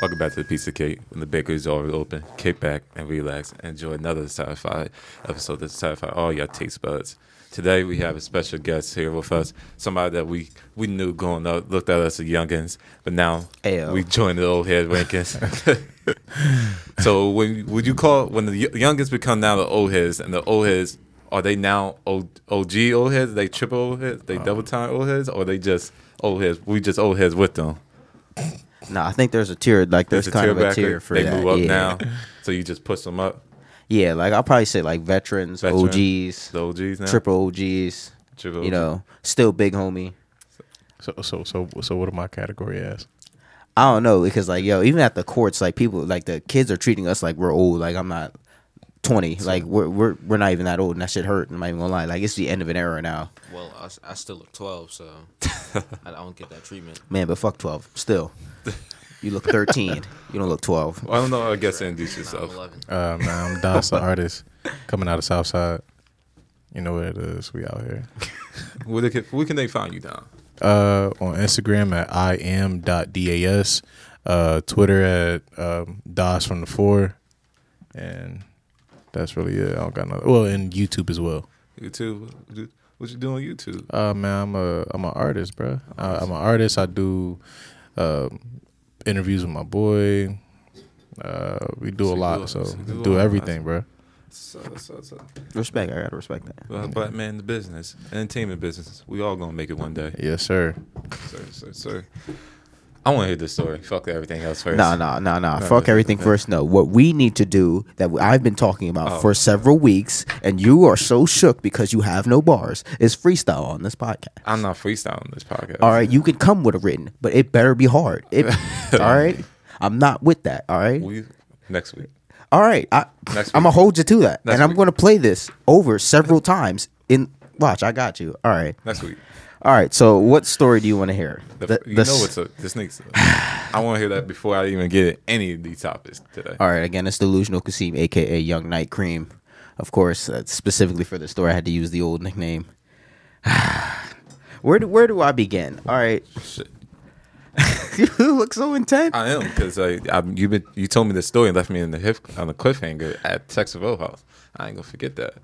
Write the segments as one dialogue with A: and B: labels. A: Welcome back to the Piece of Cake, when the bakery is always open. Kick back and relax. and Enjoy another sci-fi episode that satisfy all your taste buds. Today we have a special guest here with us, somebody that we, we knew growing up, looked at us as youngins, but now
B: Ayo.
A: we joined the old head rankings. so when would you call when the y- youngins become now the old heads and the old heads are they now O- OG old heads? They triple old heads? They double time old heads? Or they just old heads? We just old heads with them.
B: No, I think there's a tier like there's, kind of a
A: backer.
B: tier for
A: they
B: that.
A: move up
B: yeah.
A: now, so you just push them up.
B: Yeah, like I'll probably say like veterans,
A: Veteran.
B: OGs,
A: The OGs now.
B: triple OGs.
A: Triple
B: You
A: OG.
B: know, still big homie.
C: So so so so what are my category as?
B: I don't know because like yo, even at the courts, like people, like the kids are treating us like we're old. Like I'm not twenty. Like we're we're we're not even that old, and that shit hurt. I'm not even gonna lie. Like it's the end of an era now,
D: Well, I, s- I still look 12, so I don't get that treatment.
B: man. But fuck twelve, still. You look thirteen. you don't look twelve.
A: Well, I don't know. I guess introduce
D: Nah, I'm
A: yourself.
D: 11.
C: Um, I'm Don's the artist coming out of Southside. You know what it is. We out here.
A: Where, they can, where can they find you down?
C: Uh, on Instagram at I am das. Uh, Twitter at um, das from the four, and that's really it. I don't got nothing. Well, and YouTube as well.
A: YouTube. What- What you do on YouTube?
C: Uh, man, I'm a I'm an artist, bro. I, I'm an artist. I do um interviews with my boy. Uh, we do
A: So
C: a
A: you
C: lot.
A: do-
C: so
A: so you do
C: do
A: all-
C: everything, bro.
A: So, so, so.
B: Respect. I gotta respect that.
A: Well, black man in the business, entertainment business. We all gonna make it one day.
C: Yes, sir.
A: Sir, sir, sir. I want to hear the story. Fuck everything else first.
B: No, no, no, no.
A: No,
B: Fuck
A: no,
B: everything
A: no.
B: first. No. What we need to do that w- I've been talking about
A: Oh.
B: for several weeks, and you are so shook because you have no bars, is freestyle on this podcast.
A: I'm not freestyling this podcast.
B: All right. You can come with a written, but it better be hard. It, all right. I'm not with that. All right.
A: We next week.
B: All right. I,
A: Next
B: I'm going to
A: week.
B: hold you to that.
A: Next
B: and I'm
A: week.
B: going to play this over several times. In Watch, I got you. All right.
A: Next week.
B: All right. So, what story do you want to hear?
A: The,
B: The-
A: you
B: the
A: know
B: s-
A: what's up. This next. I want to hear that before I even get any of these topics today.
B: All right, again, it's Delusional Kasim, aka Young Night Cream. Of course, uh, specifically for this story, I had to use the old nickname. where do where do I begin? All right,
A: Shit.
B: you look so intense.
A: I am because I, I you been you told me this story and left me in the hip on the cliffhanger at Texas Roadhouse. I ain't gonna forget that.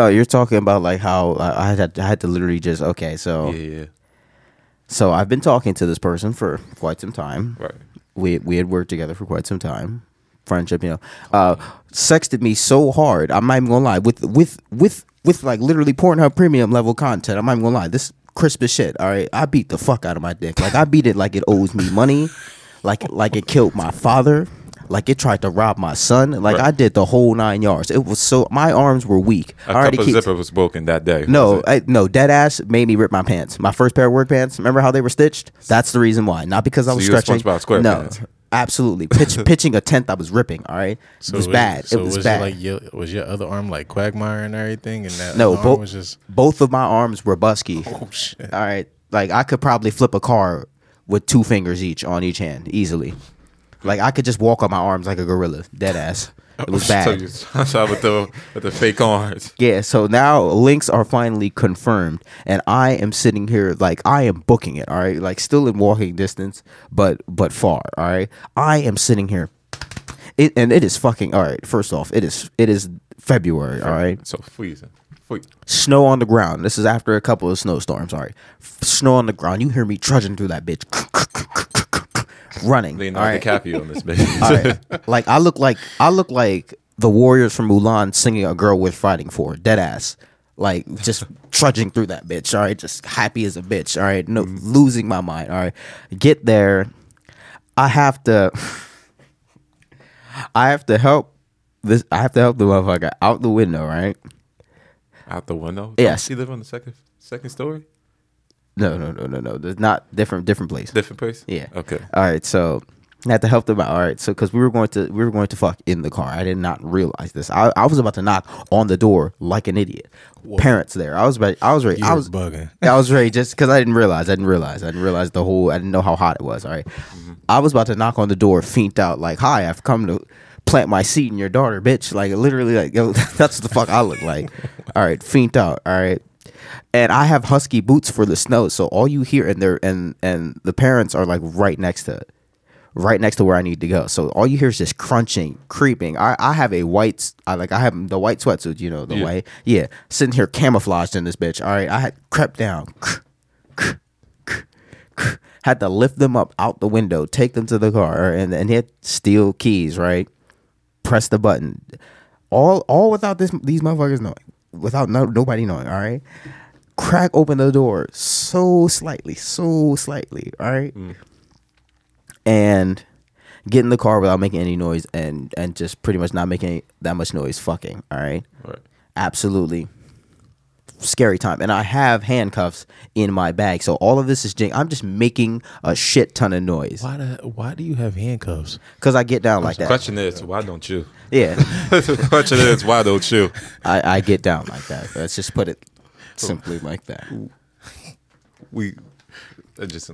B: Oh, you're talking about like how I I had to, I had to literally just okay. So
A: Yeah, yeah,
B: so I've been talking to this person for quite some time.
A: right.
B: we we had worked together for quite some time. Friendship, you know, uh, sexted me so hard. I'm not even gonna lie. With with with with like literally Pornhub premium level content. I'm not even gonna lie. This crisp as shit. All right, I beat the fuck out of my dick. Like I beat it like it owes me money. Like like it killed my father. Like it tried to rob my son. Like
A: Right.
B: I did the whole nine yards. It was so my arms were weak.
A: A
B: I already
A: couple
B: keep-
A: zipper was broken that day.
B: no,
A: Was it?
B: I, no, dead ass made me rip my pants. My first pair of work pants. Remember how they were stitched? That's the reason why. Not because I
A: So
B: was
A: you were
B: stretching.
A: SpongeBob SquarePants.
B: no, absolutely. Pitch, pitching a tenth, I was ripping. All right, it was bad.
C: So
B: it was,
C: it
B: bad.
C: like your, was your other arm like Quagmire and everything, and that
B: no,
C: other
B: both
C: arm was just
B: both of my arms were busky.
C: oh shit.
B: All right, like I could probably flip a car with two fingers each on each hand easily. Like I could just walk on my arms like a gorilla. Dead ass. It was bad.
A: So you so with the with the fake arms.
B: Yeah, so now links are finally confirmed, and I am sitting here like I am booking it. All right, like still in walking distance, but but far. All right, I am sitting here, it, and it is fucking all right. First off, it is it is February. All right,
A: So freezing. Free.
B: snow on the ground. This is after a couple of snowstorms. All right, F- snow on the ground. You hear me trudging through that bitch, running. all
A: Leonardo
B: right?
A: DiCaprio in this bitch.
B: All right. like I look like I look like the warriors from Mulan singing a girl worth fighting for, dead ass. Like just trudging through that bitch, all right, just happy as a bitch, all right, no losing my mind, all right. Get there, I have to, I have to help this, I have to help the motherfucker out the window, right?
A: Out the window.
B: Yes.
A: You live on the second second story.
B: No, no, no, no, no, there's not different, different place.
A: Different place.
B: Yeah.
A: Okay.
B: All right. So I had to help them out. All right. So because we were going to we were going to fuck in the car. I did not realize this. I, I was about to knock on the door like an idiot. Parents there. I was about, I was ready. I
C: You're
B: was
C: bugging.
B: I was ready just because I didn't realize. I didn't realize. I didn't realize the whole. I didn't know how hot it was. All right. I was about to knock on the door, fiend out like, "Hi, I've come to plant my seed in your daughter, bitch." Like literally, like yo, that's the fuck I look like. all right, fiend out. All right. And I have husky boots for the snow, so all you hear and they're and and the parents are like right next to it, right next to where I need to go. So all you hear is just crunching, creeping. I, I have a white, s- I like I have the white sweatsuit, you know, the
A: Yeah.
B: white, yeah, sitting here camouflaged in this bitch. All right, I had crept down, had to lift them up out the window, take them to the car, and and hit steel keys, right? Press the button, all all without this these motherfuckers knowing, without no, nobody knowing. All right, crack open the door so slightly, so slightly. All right, and get in the car without making any noise, and and just pretty much not making any, that much noise. Fucking all right,
A: All right.
B: absolutely scary time and i have handcuffs in my bag so all of this is jing i'm just making a shit ton of noise
C: Why do Why do you have handcuffs?
B: because i get down like
A: The
B: that
A: question is, why don't you?
B: yeah
A: the question is, why don't you?
B: I, I get down like that let's just put it simply like that
A: We I just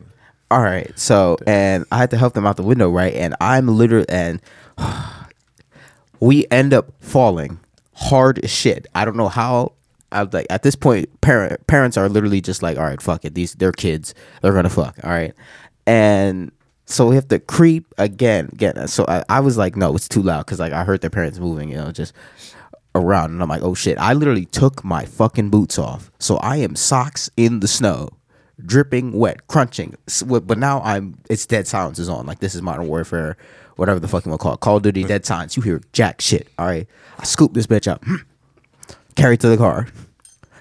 B: all right so and i had to help them out the window right and i'm literally and we end up falling hard as shit i don't know how i was like at this point parent, parents are literally just like all right fuck it these they're kids they're gonna fuck all right and so we have to creep again again so i, I was like no it's too loud because like i heard their parents moving you know just around and i'm like oh shit i literally took my fucking boots off so i am socks in the snow dripping wet, crunching. S- w- But now I'm it's Dead Silence is on. Like this is Modern Warfare, whatever the fuck you want to call it. Call of Duty, Dead Silence. You hear jack shit. All right, I scoop this bitch up, hmm, carry it to the car,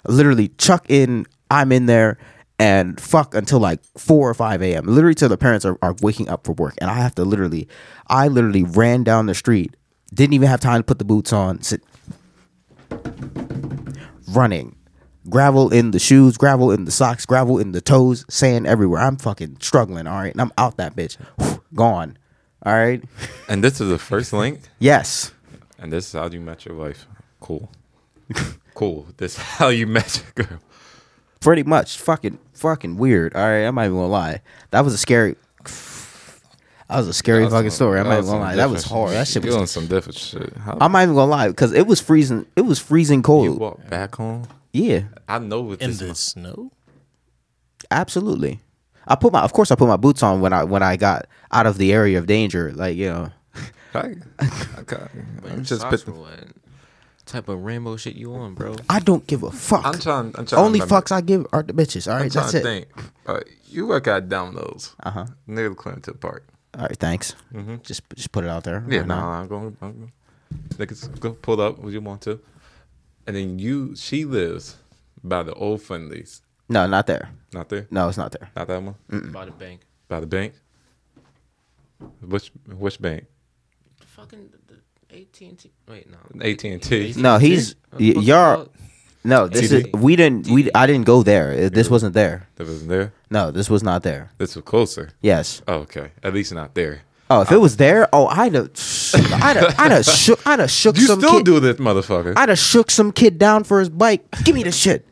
B: literally chuck in. I'm in there and fuck until like four or five a.m. Literally till the parents are, are waking up for work, and I have to literally, I literally ran down the street. Didn't even have time to put the boots on. Sit, running. Gravel in the shoes, gravel in the socks, gravel in the toes, sand everywhere. I'm fucking struggling, all right? And I'm out that bitch. Whew, gone. All right?
A: And this is the first link,
B: Yes.
A: and this is how you met your wife. Cool. Cool. This is how you met your girl.
B: Pretty much. Fucking fucking weird. All right. I'm not even gonna lie. That was a scary that was a scary fucking story. I'm not even gonna lie. That was hard. That shit
A: You on
B: was
A: some different shit. How
B: I'm not even gonna lie, because it was freezing it was freezing
A: you
B: cold.
A: walk back home?
B: Yeah.
A: I know what
C: In
A: this
C: the snow?
B: Absolutely. I put my of course I put my boots on when I when I got out of the area of danger. Like, you know.
A: I, I got- I'm just
D: Socks
A: put-
D: for what? type of Rambo shit you on, bro?
B: I don't give a fuck.
A: I'm trying. I'm trying.
B: Only
A: to remember.
B: fucks I give are the bitches. All
A: I'm
B: right,
A: trying
B: that's
A: to
B: it.
A: think. Uh, you work at Domino's
B: Uh huh.
A: near the Clinton Park.
B: All right, thanks. Just just put it out there.
A: Mm-hmm. Yeah,
B: Why
A: no,
B: not?
A: I'm going. I'm going. Niggas, go pull up when you want to, and then you. She lives by the old Friendlies.
B: No, not there.
A: Not there.
B: No, it's not there.
A: Not that one.
B: Mm.
D: By the bank.
A: By the bank. Which which bank?
D: Fucking the AT and T. Wait, no.
A: AT and T.
B: No, he's
D: Uh,
B: y- y'all.
D: fuck y'all.
B: No, this is
A: TV.
B: we didn't we I didn't go there. It- This wasn't there.
A: That wasn't there.
B: No, this was not there.
A: This was closer.
B: Yes.
A: Oh, okay. At least not there.
B: Oh, if it was there, oh, I'd have, I'd have, I'd have shook, I'd have shook
A: You
B: some
A: still
B: kid.
A: do this, motherfucker.
B: I'd have shook some kid down for his bike. Give me the shit.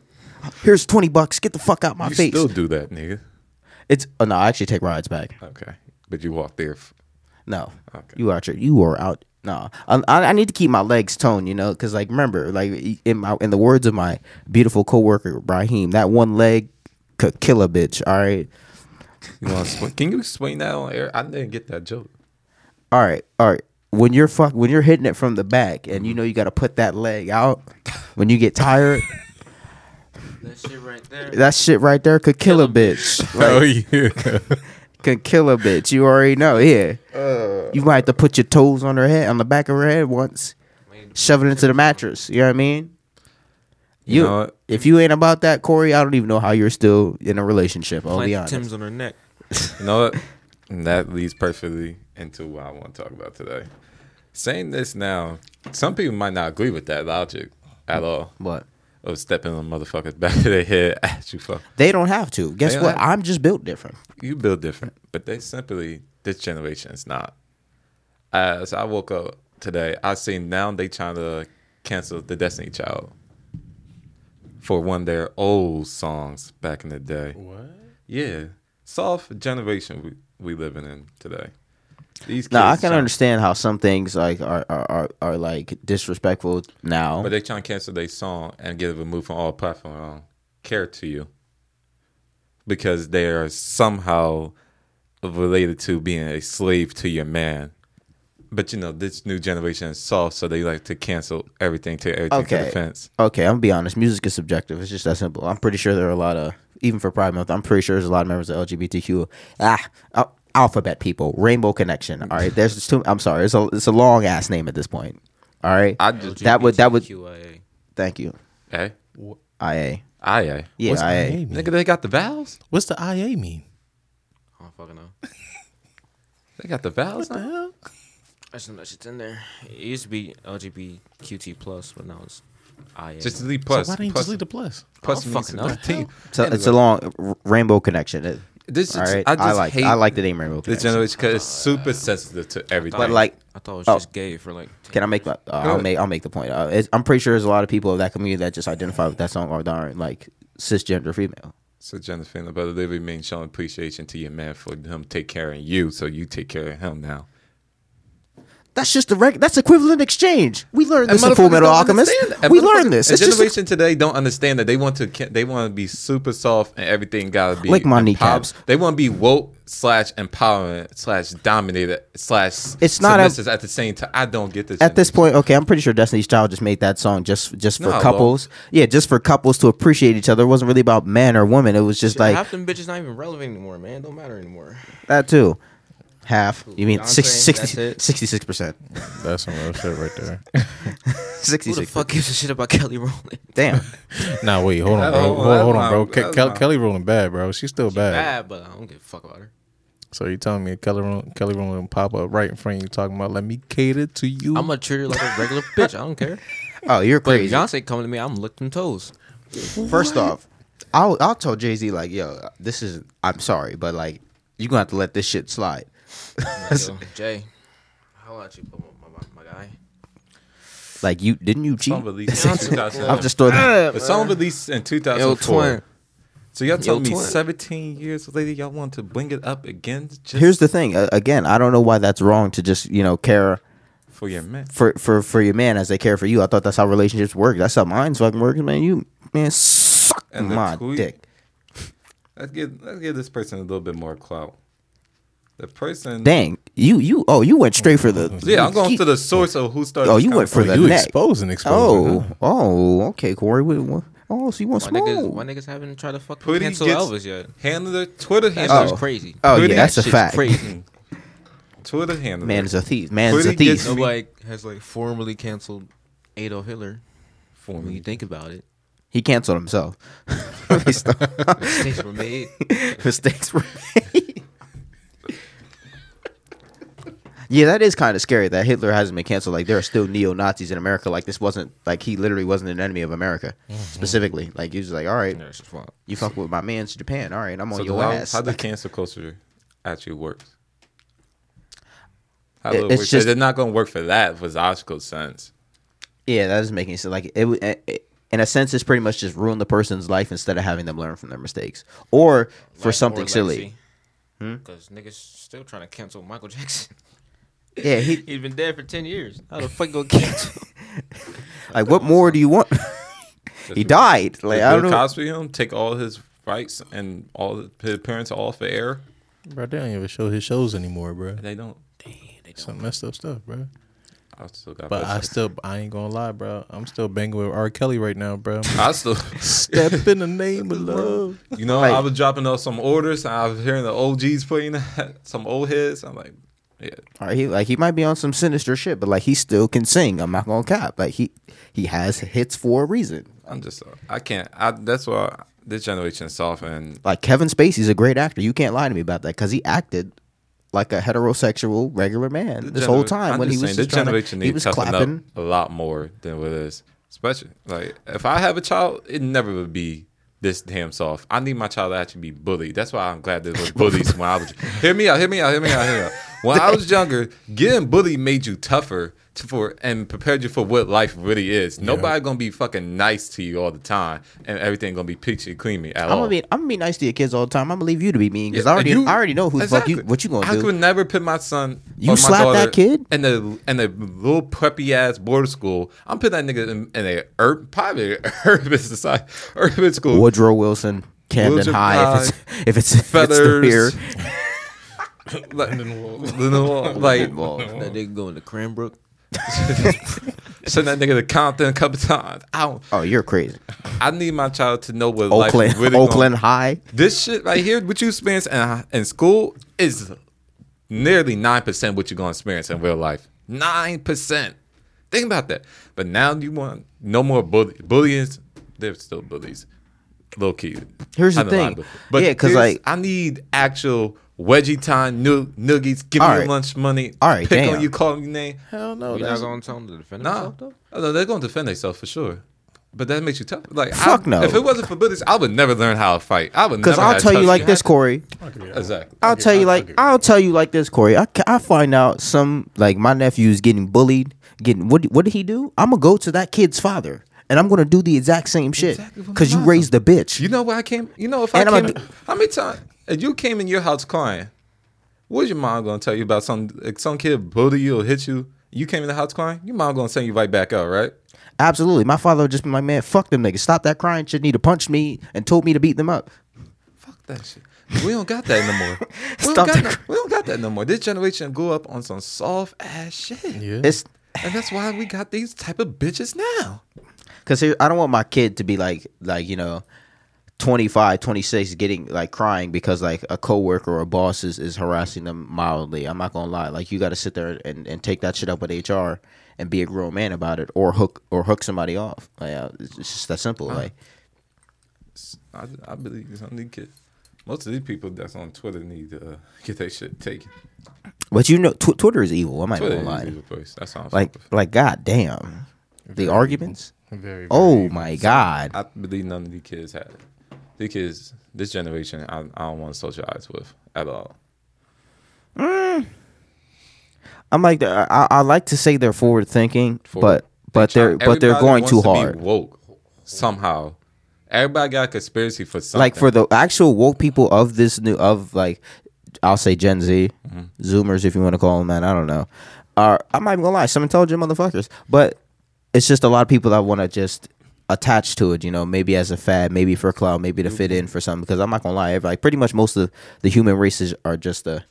B: Here's twenty bucks. Get the fuck out my
A: you
B: face.
A: still do that, nigga.
B: It's oh, no, I actually take rides back.
A: Okay, but you walk there. f-
B: No.
A: Okay.
B: You out your, you are out. No, I, I I need to keep my legs toned, you know, because like remember, like in my in the words of my beautiful coworker Raheem, that one leg could kill a bitch. All right,
A: You want to? Can you explain that on air? I didn't get that joke.
B: all right, all right. When you're fuck, when you're hitting it from the back, and you know you got to put that leg out. When you get tired,
D: That shit right there.
B: that shit right there could kill a bitch.
C: Oh
B: Like,
C: yeah.
B: could kill a bitch. You already know. Yeah, you might have to put your toes on her head, on the back of her head once, shove it into the mattress. You know what I mean?
A: You
B: You,
A: know what?
B: if you ain't about that, Corey, I don't even know how you're still in a relationship. I'll
D: Plant
B: be
D: the
B: honest.
D: Tim's on her neck.
A: You know what? And that leads perfectly into what I want to talk about today. Saying this now, some people might not agree with that logic at all.
B: But
A: Of stepping on motherfuckers back to their head at you fuck.
B: they don't have to. Guess
A: They
B: what?
A: don't.
B: I'm just built different.
A: You build different. But they simply this generation is not. As I woke up today, I seen now they trying to cancel the Destiny Child for one of their old songs back in the day.
C: what?
A: Yeah. Soft generation we, we living in today. These
B: Now I
A: kids
B: can
A: trying-
B: understand how some things like are are, are, are like disrespectful now.
A: But they trying to cancel their song and get it removed from all platforms. I don't care to you because they are somehow related to being a slave to your man. But you know, this new generation is soft, so they like to cancel everything, take everything to
B: Okay.
A: the fence.
B: Okay, I'm gonna be honest. Music is subjective. It's just that simple. I'm pretty sure there are a lot of even for Pride Month. I'm pretty sure there's a lot of members of LGBTQ ah al- alphabet people. Rainbow Connection. All right, there's just too. I'm sorry. It's a it's a long ass name at this point. All right.
A: I just
B: that would that would
D: QIA.
B: thank you.
A: eh?
B: IA.
A: I eh?
B: Yeah,
C: What's
B: IA.
C: IA mean?
A: Nigga, they got the vowels.
C: What's the IA mean?
D: I don't fucking know.
A: They got the vowels. now?
C: hell?
D: I just know that shit's in there. It used to be LGBTQT plus, but now it's IA.
A: Just delete plus.
C: so why didn't you
A: plus,
C: just leave the plus?
A: plus
D: Oh,
A: means
D: fucking hell.
A: nothing.
B: So it's a long r- Rainbow Connection. It-
A: This is,
B: all right.
A: I
B: I,
A: just
B: like
A: hate
B: I like the name Rainbow
A: this
B: Connection.
A: generation because it's super sensitive to everything.
B: but like
D: I thought it was
B: Oh.
D: just gay for like.
B: Can I make my? Uh, I'll
A: ahead.
B: make. I'll make the point. Uh, it's, I'm pretty sure there's a lot of people of that community that just identify with that song or aren't like cisgender female.
A: So Jonathan, but it literally means showing appreciation to your man for him take care of you, so you take care of him now.
B: That's just the reg- That's equivalent exchange. We learned this in
A: motherfuckers
B: Full Metal
A: don't
B: Alchemist.
A: understand that.
B: We
A: And
B: learned
A: motherfuckers-
B: this.
A: The
B: It's just
A: generation today don't understand that they want to. ca- They want to be super soft and everything gotta be
B: Lick my
A: empower-
B: kneecaps.
A: They want to be woke slash empowering slash dominated slash.
B: It's not a-
A: submissive at the same time. I don't get this
B: at this point. Okay, I'm pretty sure Destiny's Child just made that song just just for
A: No, well-
B: couples. Yeah, just for couples to appreciate each other. It wasn't really about man or woman. It was just
D: Like,
B: like
D: half them bitches not even relevant anymore, man. Don't matter anymore.
B: that too. Half. You mean
D: Beyonce,
B: 66
D: that's it.
B: 66 percent?
C: That's some real shit right there.
B: Sixty
D: Who the
B: six.
D: fuck gives a shit about Kelly Rowland?
B: Damn.
C: nah, wait, hold on,
A: That's
C: bro.
A: my-
C: Hold, hold on,
A: that's
C: bro.
A: my-
C: Ke-
A: that's
C: Kel-
A: my-
C: Kelly Rowland bad, bro. She's still bad.
D: Bad, but I don't give a fuck about her.
C: So you telling me Kelly Rowland, Kelly Rowland pop up right in front of you talking about let me cater to you?
D: I'm gonna treat her like a regular bitch. I don't care.
B: Oh, you're
D: But
B: crazy.
D: if Beyonce coming to me, I'm licking toes.
B: First off, I'll I'll tell Jay Z like, yo, this is I'm sorry, but like you gonna have to let this shit slide.
D: Yo, Jay, how about you, my, my, my guy?
B: Like you didn't you cheat?
A: Song released in 2007.
B: I'm just throwing.
A: The song released in
D: Yo,
A: 2004.
D: twin.
A: So y'all telling me
D: twin.
A: 17 years later y'all want to bring it up again? Just
B: Here's the thing. Uh, again, I don't know why that's wrong to just you know care
A: for your man.
B: for for for your man as they care for you. I thought that's how relationships work. That's how mine's fucking works, man. You man suck
A: And the
B: my
A: tweet-
B: dick.
A: Let's give let's give this person a little bit more clout. The person.
B: Dang, you you oh you went straight for the
A: Yeah, I'm going
B: you-
A: to the source of who started.
B: Oh,
A: this
B: you went for
A: conversation.
B: the
C: you
B: neck.
C: exposing, exposing.
B: Oh
C: huh?
B: oh okay, Corey. What, what, oh, so you want
D: Why niggas, why
B: smoke?
D: niggas haven't tried to fuck with
A: Pretty
D: cancel
A: gets-
D: Elvis yet?
A: Handle their Twitter
D: That
A: handle.
D: shit's
B: Oh.
D: crazy.
B: Oh
A: Pretty-
B: yeah, that's a
D: That shit's
B: fact.
D: Crazy.
A: Twitter handle.
B: Man's a thief. Man's a
A: Pretty gets
B: thief.
A: no-
D: Nobody has like formally canceled Adolf Hitler.
A: for
D: When you
A: me.
D: think about it,
B: He canceled himself. Based on-
D: mistakes were made.
B: Mistakes were made. yeah, that is kind of scary that Hitler hasn't been canceled. Like there are still neo Nazis in America. Like this wasn't like he literally wasn't an enemy of America specifically. Like he was like, all right,
D: That's fuck.
B: you fuck with my man's Japan. All right, I'm on
A: So
B: your
A: how,
B: ass.
A: how the
B: Like,
A: cancel culture actually works? How
B: It-
A: it,
B: it's
A: works? So
B: just-
A: they're not going to work for that for Oshko's sense.
B: yeah, that is making sense. Like it, w- it, it- in a sense, it's pretty much just ruin the person's life instead of having them learn from their mistakes or for something silly. Hmm?
D: Because niggas still trying to cancel Michael Jackson.
B: Yeah, he,
D: He's been dead for ten years. How the fuck you gonna cancel?
B: like what more do you want? he died. Like
A: Like,
B: I don't
A: Bill
B: know.
A: Cosby him take all his rights and all his parents are all for air.
C: Bro, they don't even show his shows anymore, bro.
A: They don't.
C: Some messed up stuff, bro.
A: I still got.
C: But I
A: I,
C: still, I ain't gonna lie, bro. I'm still banging with R. Kelly right now, bro.
A: I still.
C: Step in the name of love.
A: You know,
B: Like-
A: I was dropping off some orders. and I was hearing the OGs putting that, some old heads. I'm like, yeah,
B: All right, he like he might be on some sinister shit, but like he still can sing. I'm not gonna cap. Like he he has hits for a reason.
A: I'm just, uh, I can't. I that's why this generation is soft and
B: Like Kevin Spacey's a great actor. You can't lie to me about that because he acted like a heterosexual regular man this whole
A: genera-
B: time
A: I'm
B: when he
A: just
B: was
A: saying,
B: just trying to,
A: generation
B: he
A: needs
B: was
A: to toughen
B: clapping.
A: up a lot more than what it is. Especially like if I have a child, it never would be this damn soft. I need my child to actually be bullied. That's why I'm glad there was bullies when I was. Hear me out. Hear me out. Hear me out. Hear me out. When I was younger, getting bullied made you tougher to, for and prepared you for what life really is. Nobody gonna be fucking nice to you all the time, and everything gonna be peachy creamy at
B: I'm
A: all.
B: gonna be I'm gonna be nice to your kids all the time. I'm gonna leave you to be mean because
A: Yeah,
B: I already
A: and you-
B: I already know who the fuck you
A: Exactly.
B: what you gonna
A: I
B: do.
A: could never put my son.
B: You
A: or my
B: slap that
A: daughter
B: kid?
A: in the in a little preppy ass board school. I'm putting that nigga in, in a ur- probably urban society, urban school.
B: Woodrow Wilson, Camden
A: Woodrow
B: High. If it's if it's, if it's
A: feathers.
B: still here,
A: like, like
B: Well,
D: That nigga going to Cranbrook.
A: send that nigga to Compton a couple times. I
B: oh, you're crazy.
A: I need my child to know what life
B: Oakland,
A: is really
B: Oakland
A: Gonna,
B: High.
A: this shit right here, what you experience in, in school is nearly nine percent what you're gonna experience in real life. Nine percent. Think about that. But now you want no more bully, bullies. There's still bullies, low key.
B: Here's the
A: I know a lot
B: thing.
A: of bullies. but
B: Yeah, 'cause,
A: there's-
B: like-
A: I need actual wedgie time, no, noogies. Give me
B: All
A: your
B: right.
A: lunch money.
B: All right,
A: pick
B: damn.
A: on you, call me name.
C: Hell no.
D: We not
C: That's,
D: Oh, gonna tell him to defend
A: Nah.
D: himself though.
A: Oh, no, they're going to defend themselves for sure. But that makes you tough. Like,
B: Fuck
A: I,
B: no.
A: If it wasn't for bullies, I would never learn how to fight. I would
B: Because
A: never.
B: I'll
A: have
B: tell you
A: touched
B: like this, Corey.
A: Exactly.
B: I'll tell you
C: I'll
B: like
C: give you-
B: I'll tell you like this, Corey. I, ca- I find out some like my nephew's getting bullied. Getting what? What did he do? I'm gonna go to that kid's father, and I'm gonna do the exact same shit.
A: Exactly what my
B: Cause you
A: mom
B: raised the bitch.
A: You know where I came? You know if
B: And
A: I
B: I'm a
A: came? how many times? If you came in your house crying, what's your mom gonna tell you about some? If some kid bully you or hit you, you came in the house crying. Your mom gonna send you right back out, right?
B: Absolutely. My father would just be like, man, fuck them niggas. Stop that crying shit. Need to punch me and told me to beat them up.
A: Fuck that shit. We don't got that no more. We, don't
B: Stop
A: got
B: the
A: no, we don't got that no more. This generation grew up on some soft ass shit,
C: yeah.
B: It's
A: and that's why we got these type of bitches now.
B: because I don't want my kid to be like like you know. 25 26 getting like crying because like a coworker or a boss is, is harassing them mildly i'm not gonna lie like you gotta sit there and, and take that shit up with hr and be a grown man about it or hook or hook somebody off like uh, it's it's just that simple
A: Uh-huh.
B: like
A: I, I believe some of these kids. Most of these people that's on Twitter need to uh, get their shit taken.
B: but you know tw- twitter is evil i'm not
A: Twitter
B: gonna
A: is
B: lie
A: evil place. That's all. I'm
B: like
A: saying.
B: like god damn the arguments
C: Very,
B: oh
C: very-
B: my god
A: I believe none of these kids had it. These kids, this generation, I, I don't want to socialize with at all.
B: I'm like I, I- I like to say they're forward thinking,
A: Forward.
B: but but
A: They try-
B: they're but they're
A: everybody
B: going too
A: wants to be
B: hard.
A: woke somehow. Everybody got a conspiracy for something.
B: Like for the actual woke people of this new of like I'll say Gen Z, Zoomers if you want to call them that. I don't know. Are I'm not even gonna lie, some intelligent motherfuckers, but it's just a lot of people that want to just attach to it. You know, maybe as a fad, maybe for cloud, maybe to fit in for something. Because I'm not gonna lie, like pretty much most of the human races are just a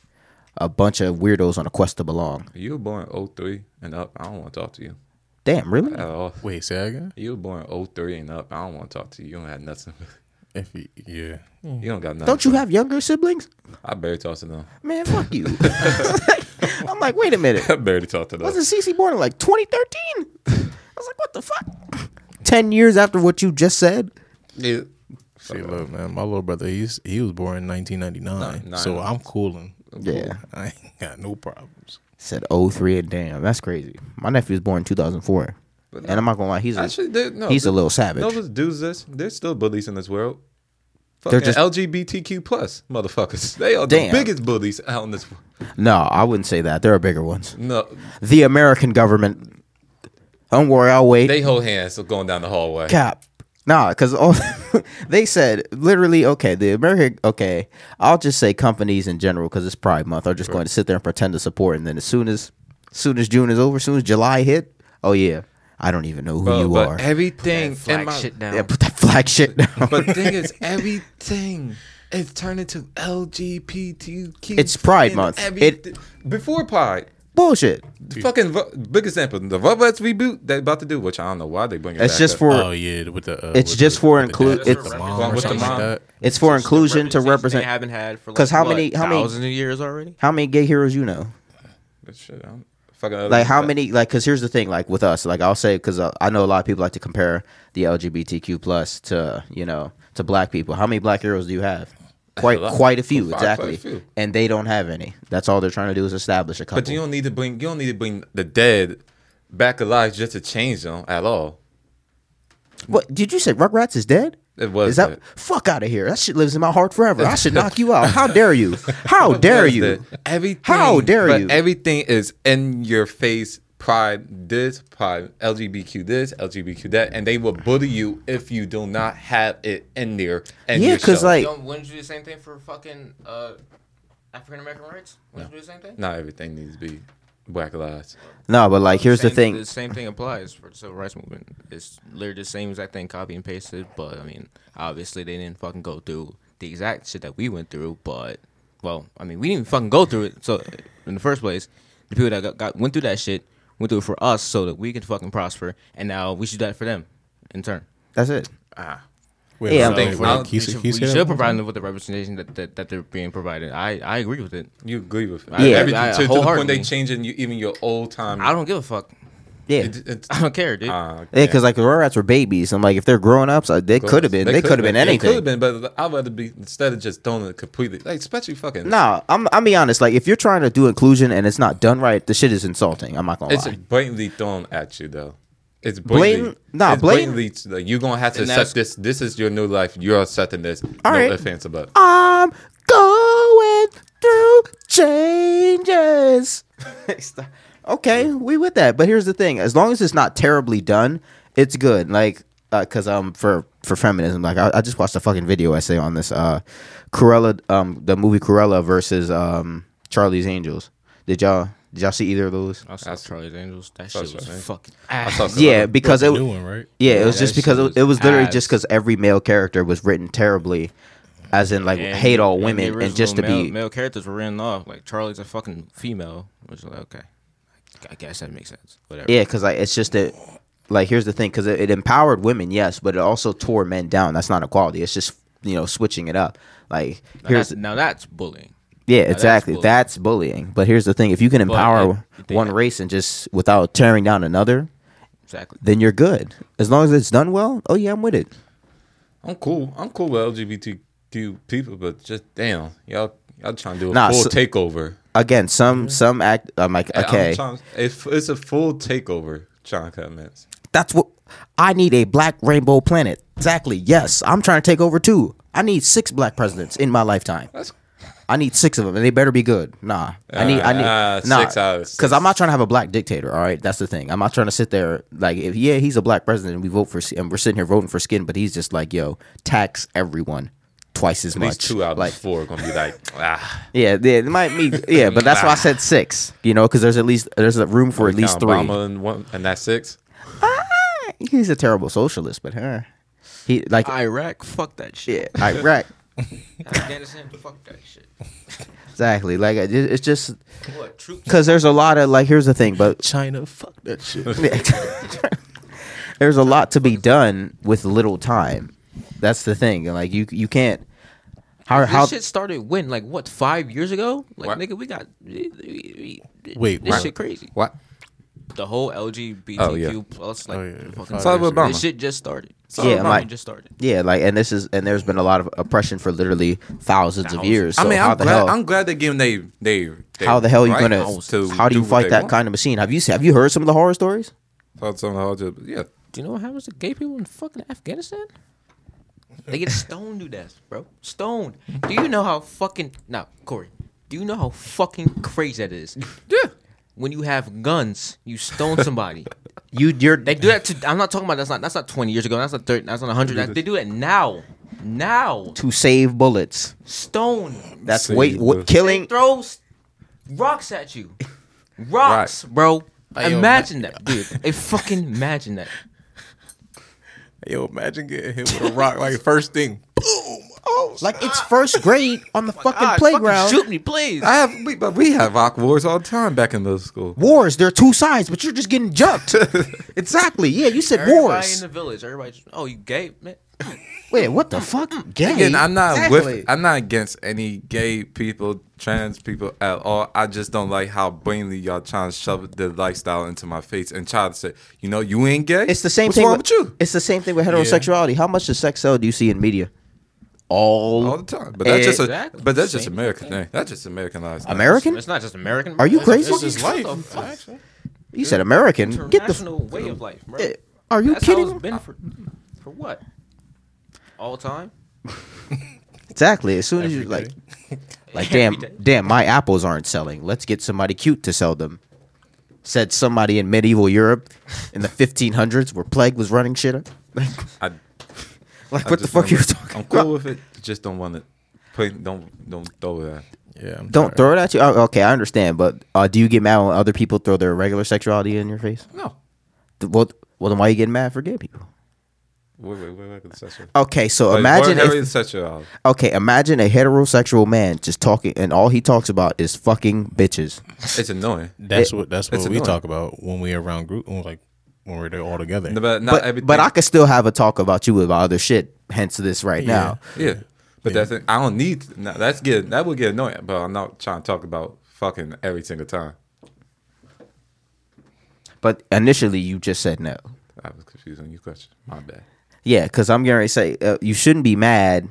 B: a bunch of weirdos on a quest to belong.
A: you were born 03 and up, I don't want to talk to you
B: Damn, really?
A: at all.
C: Wait, say that again?
A: You were born 03 and up, I don't want to talk to you. You don't have nothing.
C: If you, yeah.
A: You don't got nothing.
B: Don't you have younger siblings?
A: I barely talk to them.
B: man, fuck you. I'm like, wait a minute.
A: I barely talk to them.
B: Wasn't CC born in like 2013? I was like, what the fuck? 10 years after what you just said?
A: Yeah.
C: See, look, man, my little brother, he's he was born in 1999,
A: Nah, nah.
C: so I'm cooling.
B: Yeah.
C: I ain't got no problems.
B: Said 03 and damn, that's crazy. My nephew was born in 2004.
A: But
B: and I'm not gonna lie, he's a,
A: Actually, there- no,
B: he's a
A: there-
B: little savage.
A: No, those dudes, this there's still bullies in this world.
B: They're
A: They're
B: just-
A: just LGBTQ plus motherfuckers. They are
B: Damn.
A: the biggest bullies out in this. world.
B: no, I wouldn't say that. There are bigger ones.
A: No,
B: The American government. Don't worry, I'll wait.
A: they hold hands going down the hallway.
B: cap. Nah, because all they said literally, okay, the American, okay, I'll just say companies in general because it's Pride Month. are just going to sit there and pretend to support, and then as soon as, soon as June is over, as soon as July hit, oh yeah, I don't even know who
A: Bro,
B: you
A: but
B: are.
A: everything in
D: Flag
A: my-
D: shit down.
B: yeah, put that flag shit down.
A: But the thing is, everything is turning to LGBTQ.
B: It's Pride
A: and
B: Month.
A: every-
B: It-
A: before Pride.
B: Bullshit.
A: The fucking ru- big example, the Rugrats reboot they about to do, which I don't know why they bring it.
B: It's
A: back
B: just
A: up.
B: for
C: oh yeah, with the uh,
B: it's
C: with
B: just
C: the-
B: for
C: with the
B: include-
C: dad,
B: it's-
C: with the mom, or
A: With the
C: something
A: mom.
C: Like that.
B: it's for inclusion to represent.
D: They haven't had for like
B: 'Cause how
D: what,
B: many- how many-
D: thousands of years already?
B: how many gay heroes you know?
A: Shit, I'm fucking
B: like how many like because here's the thing like with us like i'll say because uh, i know a lot of people like to compare the lgbtq plus to you know to black people how many black heroes do you have quite
A: lot.
B: quite a few
A: Five,
B: exactly
A: quite a few.
B: and they don't have any that's all they're trying to do is establish a couple
A: But you don't need to bring you don't need to bring the dead back alive just to change them at all.
B: what did you say rugrats is dead
A: It was
B: is that
A: dead.
B: fuck out of here that shit lives in my heart forever i should knock you out how dare you how dare
A: Because
B: you
A: the- Everything.
B: How dare
A: but
B: you?
A: Everything is in your face. Pride this, pride LGBTQ this, LGBTQ that, and they will bully you if you do not have it in there. And
B: yeah
A: because
B: because like
D: Yo, wouldn't you do the same thing for fucking uh, African American rights? Wouldn't you do the same thing?
A: not everything needs to be black lives.
B: no but like here's the
D: Same-
B: thing
D: The same thing applies for the civil rights movement. It's literally the same exact thing, copy and pasted. But I mean, obviously they didn't fucking go through the exact shit that we went through, but well, I mean, we didn't even fucking go through it. So in the first place, the people that got, got went through that shit went through it for us, so that we can fucking prosper. And now we should do that for them in turn.
B: That's it.
C: Wait,
B: Yeah, I'm
C: wait,
B: thinking-
C: wait,
D: Well,
C: can
D: we
C: you say-
D: should,
C: can you
D: we
C: say that
D: should
C: one more
D: provide them with the representation that, that, that they're being provided. I, I agree with it.
A: You agree with
D: I-
A: everything
D: I- I
A: to, to the point
D: wholeheartedly.
A: they changing you, even your old time.
D: I don't give a fuck.
B: Yeah.
A: It- it's-
D: I don't care, dude.
C: Uh,
A: ah,
B: Yeah,
A: yeah.
B: because like the Rugrats were babies. I'm like, if they're grown ups, uh, they could have been. They could have been
A: They could have been,
B: anything.
A: but I'd rather be instead of just throwing it completely, like especially fucking.
B: Nah, I'm. I'm be honest. Like, if you're trying to do inclusion and it's not done right, the shit is insulting. I'm not gonna
A: it's
B: lie.
A: blatantly thrown at you though. It's
B: Blatant-
A: blatantly,
B: nah,
A: it's
B: blatant-
A: blatantly, like, you're gonna have to
D: And
A: accept
D: that's-
A: this. This is your new life. You're accepting this. no
B: All right.
A: ifs, ands, or buts.
B: I'm going through changes. okay, we with that. But here's the thing: as long as it's not terribly done, it's good. Like, because um, for for feminism, like I, I just watched a fucking video essay on this. Uh, Cruella, um, the movie Cruella versus um Charlie's Angels. Did y'all did y'all see either of those?
D: I saw Charlie's Angels. That
A: saw
D: shit was
A: Charlie's
D: fucking
A: I
D: ass.
A: saw
B: Yeah,
A: Cruella.
B: because
C: The
B: it
C: new one, right?
B: yeah,
D: Yeah,
B: it was
D: that
B: just
D: shit
B: because it,
D: was
B: it was literally just
D: ass.
B: because every male character was written terribly, as in like
D: And-
B: hate all
D: and the
B: women and,
D: original
B: just to
D: male,
B: be
D: male characters were written off. Like Charlie's a fucking female, which is like okay, I guess that makes sense. Whatever.
B: Yeah, because like it's just that. Like here's the thing, because it, it empowered women, yes, but it also tore men down. That's not equality. It's just you know switching it up. Like
D: Now,
B: here's
D: that's, now that's bullying.
B: yeah,
D: that's
B: exactly.
D: bullying.
B: That's bullying. But here's the thing: if you can empower
D: it- they-
B: one race and just without tearing down another,
D: Exactly.
B: then you're good. As long as it's done well, oh yeah, I'm with it.
A: I'm cool. I'm cool with LGBTQ people, but just damn, y'all, y'all trying to do a
B: Nah,
A: full
B: so-
A: takeover.
B: Again,
D: Mm-hmm.
B: some some act. I'm like,
A: And I'm
B: okay,
A: trying- it's, it's a full takeover. Trying to commence.
B: that's what I need. A black rainbow planet. Exactly. Yes, I'm trying to take over too. I need six black presidents in my lifetime.
A: That's
B: I need six of them, and they better be good. Nah, I need, I need,
A: Uh,
B: nah,
A: six out of six.
B: because I'm not trying to have a black dictator. All right, that's the thing. I'm not trying to sit there like, if yeah, he's a black president, and we vote for, and we're sitting here voting for skin, but he's just like, yo, tax everyone twice as
A: these
B: much.
A: two out of
B: like,
A: four are gonna be like ah.
B: yeah, yeah, it might be, yeah, but that's why I said six. You know, because there's at least there's a room for at least
A: count
B: three.
A: Obama and one and that's six.
B: He's a terrible socialist, but huh, he like
D: Iraq, fuck that shit.
B: yeah, Iraq.
D: Afghanistan, fuck that shit.
B: Exactly. Like it- it's just
D: What troops?
B: because there's a lot of like. Here's the thing, but
C: China, fuck that shit.
B: there's a lot to be done with little time. That's the thing. And, Like you you can't how
D: This
B: how
D: shit started when? Like what? Five years ago? Like
A: What?
D: nigga, we got we- we- we-
C: Wait,
D: this
C: what?
D: shit crazy.
A: What?
D: The whole LGBTQ plus like
C: Oh, yeah,
D: fucking
C: five
A: Sorry,
D: this
A: Obama.
D: shit just started.
A: Sorry,
B: Yeah, Obama. like-
D: just started.
B: yeah, like and this is and there's been a lot of oppression for literally thousands, of
D: Thousands.
B: years. So
A: I mean,
B: how
A: I'm
B: the
A: glad.
B: hell
A: I'm glad they give them they they. they
B: how the hell are you gonna
A: rights
B: how do you
A: what
B: fight
A: they
B: that
A: want.
B: kind of machine? Have you se- have you heard some of the horror stories?
A: Thoughts on the whole job. Yeah.
D: Do you know what happens to gay people in fucking Afghanistan? They get stoned to death, bro. Stoned. Do you know how fucking now, Corey? Do you know how fucking crazy that is?
A: Yeah.
D: When you have guns, you stone somebody.
B: You you're
D: They do that to. I'm not talking about that's not that's not 20 years ago. That's not 30. That's not 100. That- they do that now. Now,
B: to save bullets.
D: stone.
B: That's
A: Save
B: wait what
A: bullets.
D: They
B: killing
D: throw s- rocks at you. Rocks, bro.
C: yo,
D: Imagine that, dude. I fucking imagine that.
C: Yo, imagine getting hit with a rock like first thing. Boom. Oh,
B: like it's
A: Ah.
B: first grade on the
A: Oh
B: Ah, fucking
D: God,
B: playground.
D: Fucking shoot me, please.
A: I have, we, but we have rock wars all the time back in middle school.
B: Wars, there are two sides, but you're just getting jumped. exactly. Yeah, you said
D: Everybody in
B: wars.
D: the village. Everybody. Just, oh, you gay man.
B: Wait, what the fuck? Gay?
A: Again, I'm not
B: Exactly.
A: with, I'm not against any gay people, trans people at all. I just don't like how blatantly y'all trying to shove the lifestyle into my face and try to say, you know, you ain't gay.
B: It's the same
A: What's
B: thing.
A: wrong with
B: with,
A: you?
B: It's the same thing with heterosexuality. How much does sex sell do you see in media? All,
A: all the time. But that's just a,
D: Exactly.
A: but that's just
D: Same
A: American thing. That's just American lifestyle.
B: American.
D: It's not just American.
B: Are you
D: It's just-
B: crazy?
D: it's just
C: Fucking
D: life.
C: fuck.
D: Actually,
B: You said American. Get the. f-
D: international way of life, bro.
B: Yeah. Are you
D: That's How
B: kidding?
D: it's been for, for what? All time.
B: Exactly. As soon as you like, like damn,
D: Every day.
B: damn, my apples aren't selling. Let's get somebody cute to sell them. Said somebody in medieval Europe in the 1500s where plague was running shit. up. Like,
A: I,
B: like
A: I
B: what the
A: just
B: fuck
A: don't-
B: you were talking
A: I'm
B: about?
A: cool with it. Just don't want to put. Don't don't throw it. At.
C: Yeah, I'm
B: Don't
C: sorry.
B: throw it at you. Oh, okay, I understand, but uh, do you get mad when other people throw their regular sexuality in your face?
A: No.
B: Th- Well, well, then why you getting mad for gay people?
A: Wait, wait, wait, wait. It's such a-
B: Okay, so
A: Like,
B: imagine
A: Warren
B: if,
A: Harry is such a.
B: okay, imagine a heterosexual man just talking and all he talks about is fucking bitches.
A: It's annoying.
C: That's
B: It-
C: what that's
A: it's
C: what we
A: annoying.
C: talk about when we around group, when, like when we're there all together.
A: But not
B: But,
A: everything.
B: but I could still have a talk about you about other shit, hence this right now.
A: Yeah, but that's it. I don't need. No, that's get that would get annoying. But I'm not trying to talk about fucking every single time.
B: But initially you just said no.
A: I was confused on your question. My bad.
B: Yeah, because I'm going to say uh, you shouldn't be mad.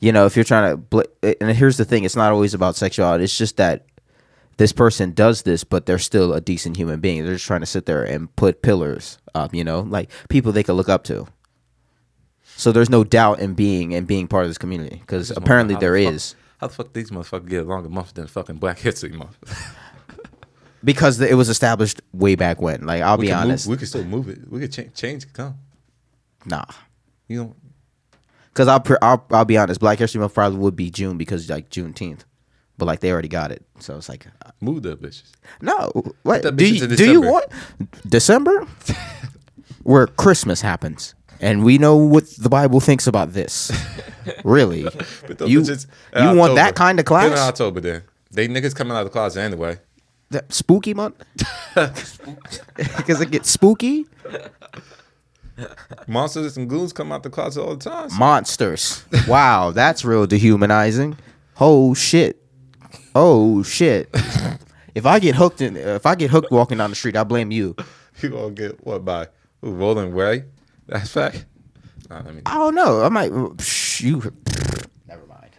B: You know, if you're trying to, bl- uh, and here's the thing: it's not always about sexuality. It's just that this person does this, but they're still a decent human being. They're just trying to sit there and put pillars up. You know, like people they could look up to. So there's no doubt in being and being part of this community because apparently
A: How
B: there
A: the fuck-
B: is
A: How the fuck these motherfuckers get a longer month than fucking Black History Month?
B: because it was established way back when. Like I'll
A: we
B: be
A: can move-
B: honest,
A: we can still move it. We could change. Change could come.
B: nah.
A: You know.
B: Because I'll, pr- I'll I'll be honest, Black History Month probably would be June because like Juneteenth, but like they already got it, so it's like
A: Move the bitches.
B: No. What?
A: that
B: Do
A: bitch
B: you,
A: in
B: do you
A: December.
B: want December? where Christmas happens. And we know what the Bible thinks about this. Really.
A: Put those
B: you
A: bitches in
B: you want that
A: October.
B: kind of
A: Put it in
B: class?
A: October then. uh, They niggas coming out of the closet anyway.
B: That spooky month? Because it gets spooky.
A: Monsters and goons come out the closet all the time.
B: Monsters. Wow, that's real dehumanizing. Oh shit. Oh shit. If I get hooked in, if I get hooked walking down the street, I blame you.
A: You gonna get what by who, Rolling Ray? That's fact. Nah, let me.
B: I don't know. I might. psh, You never mind.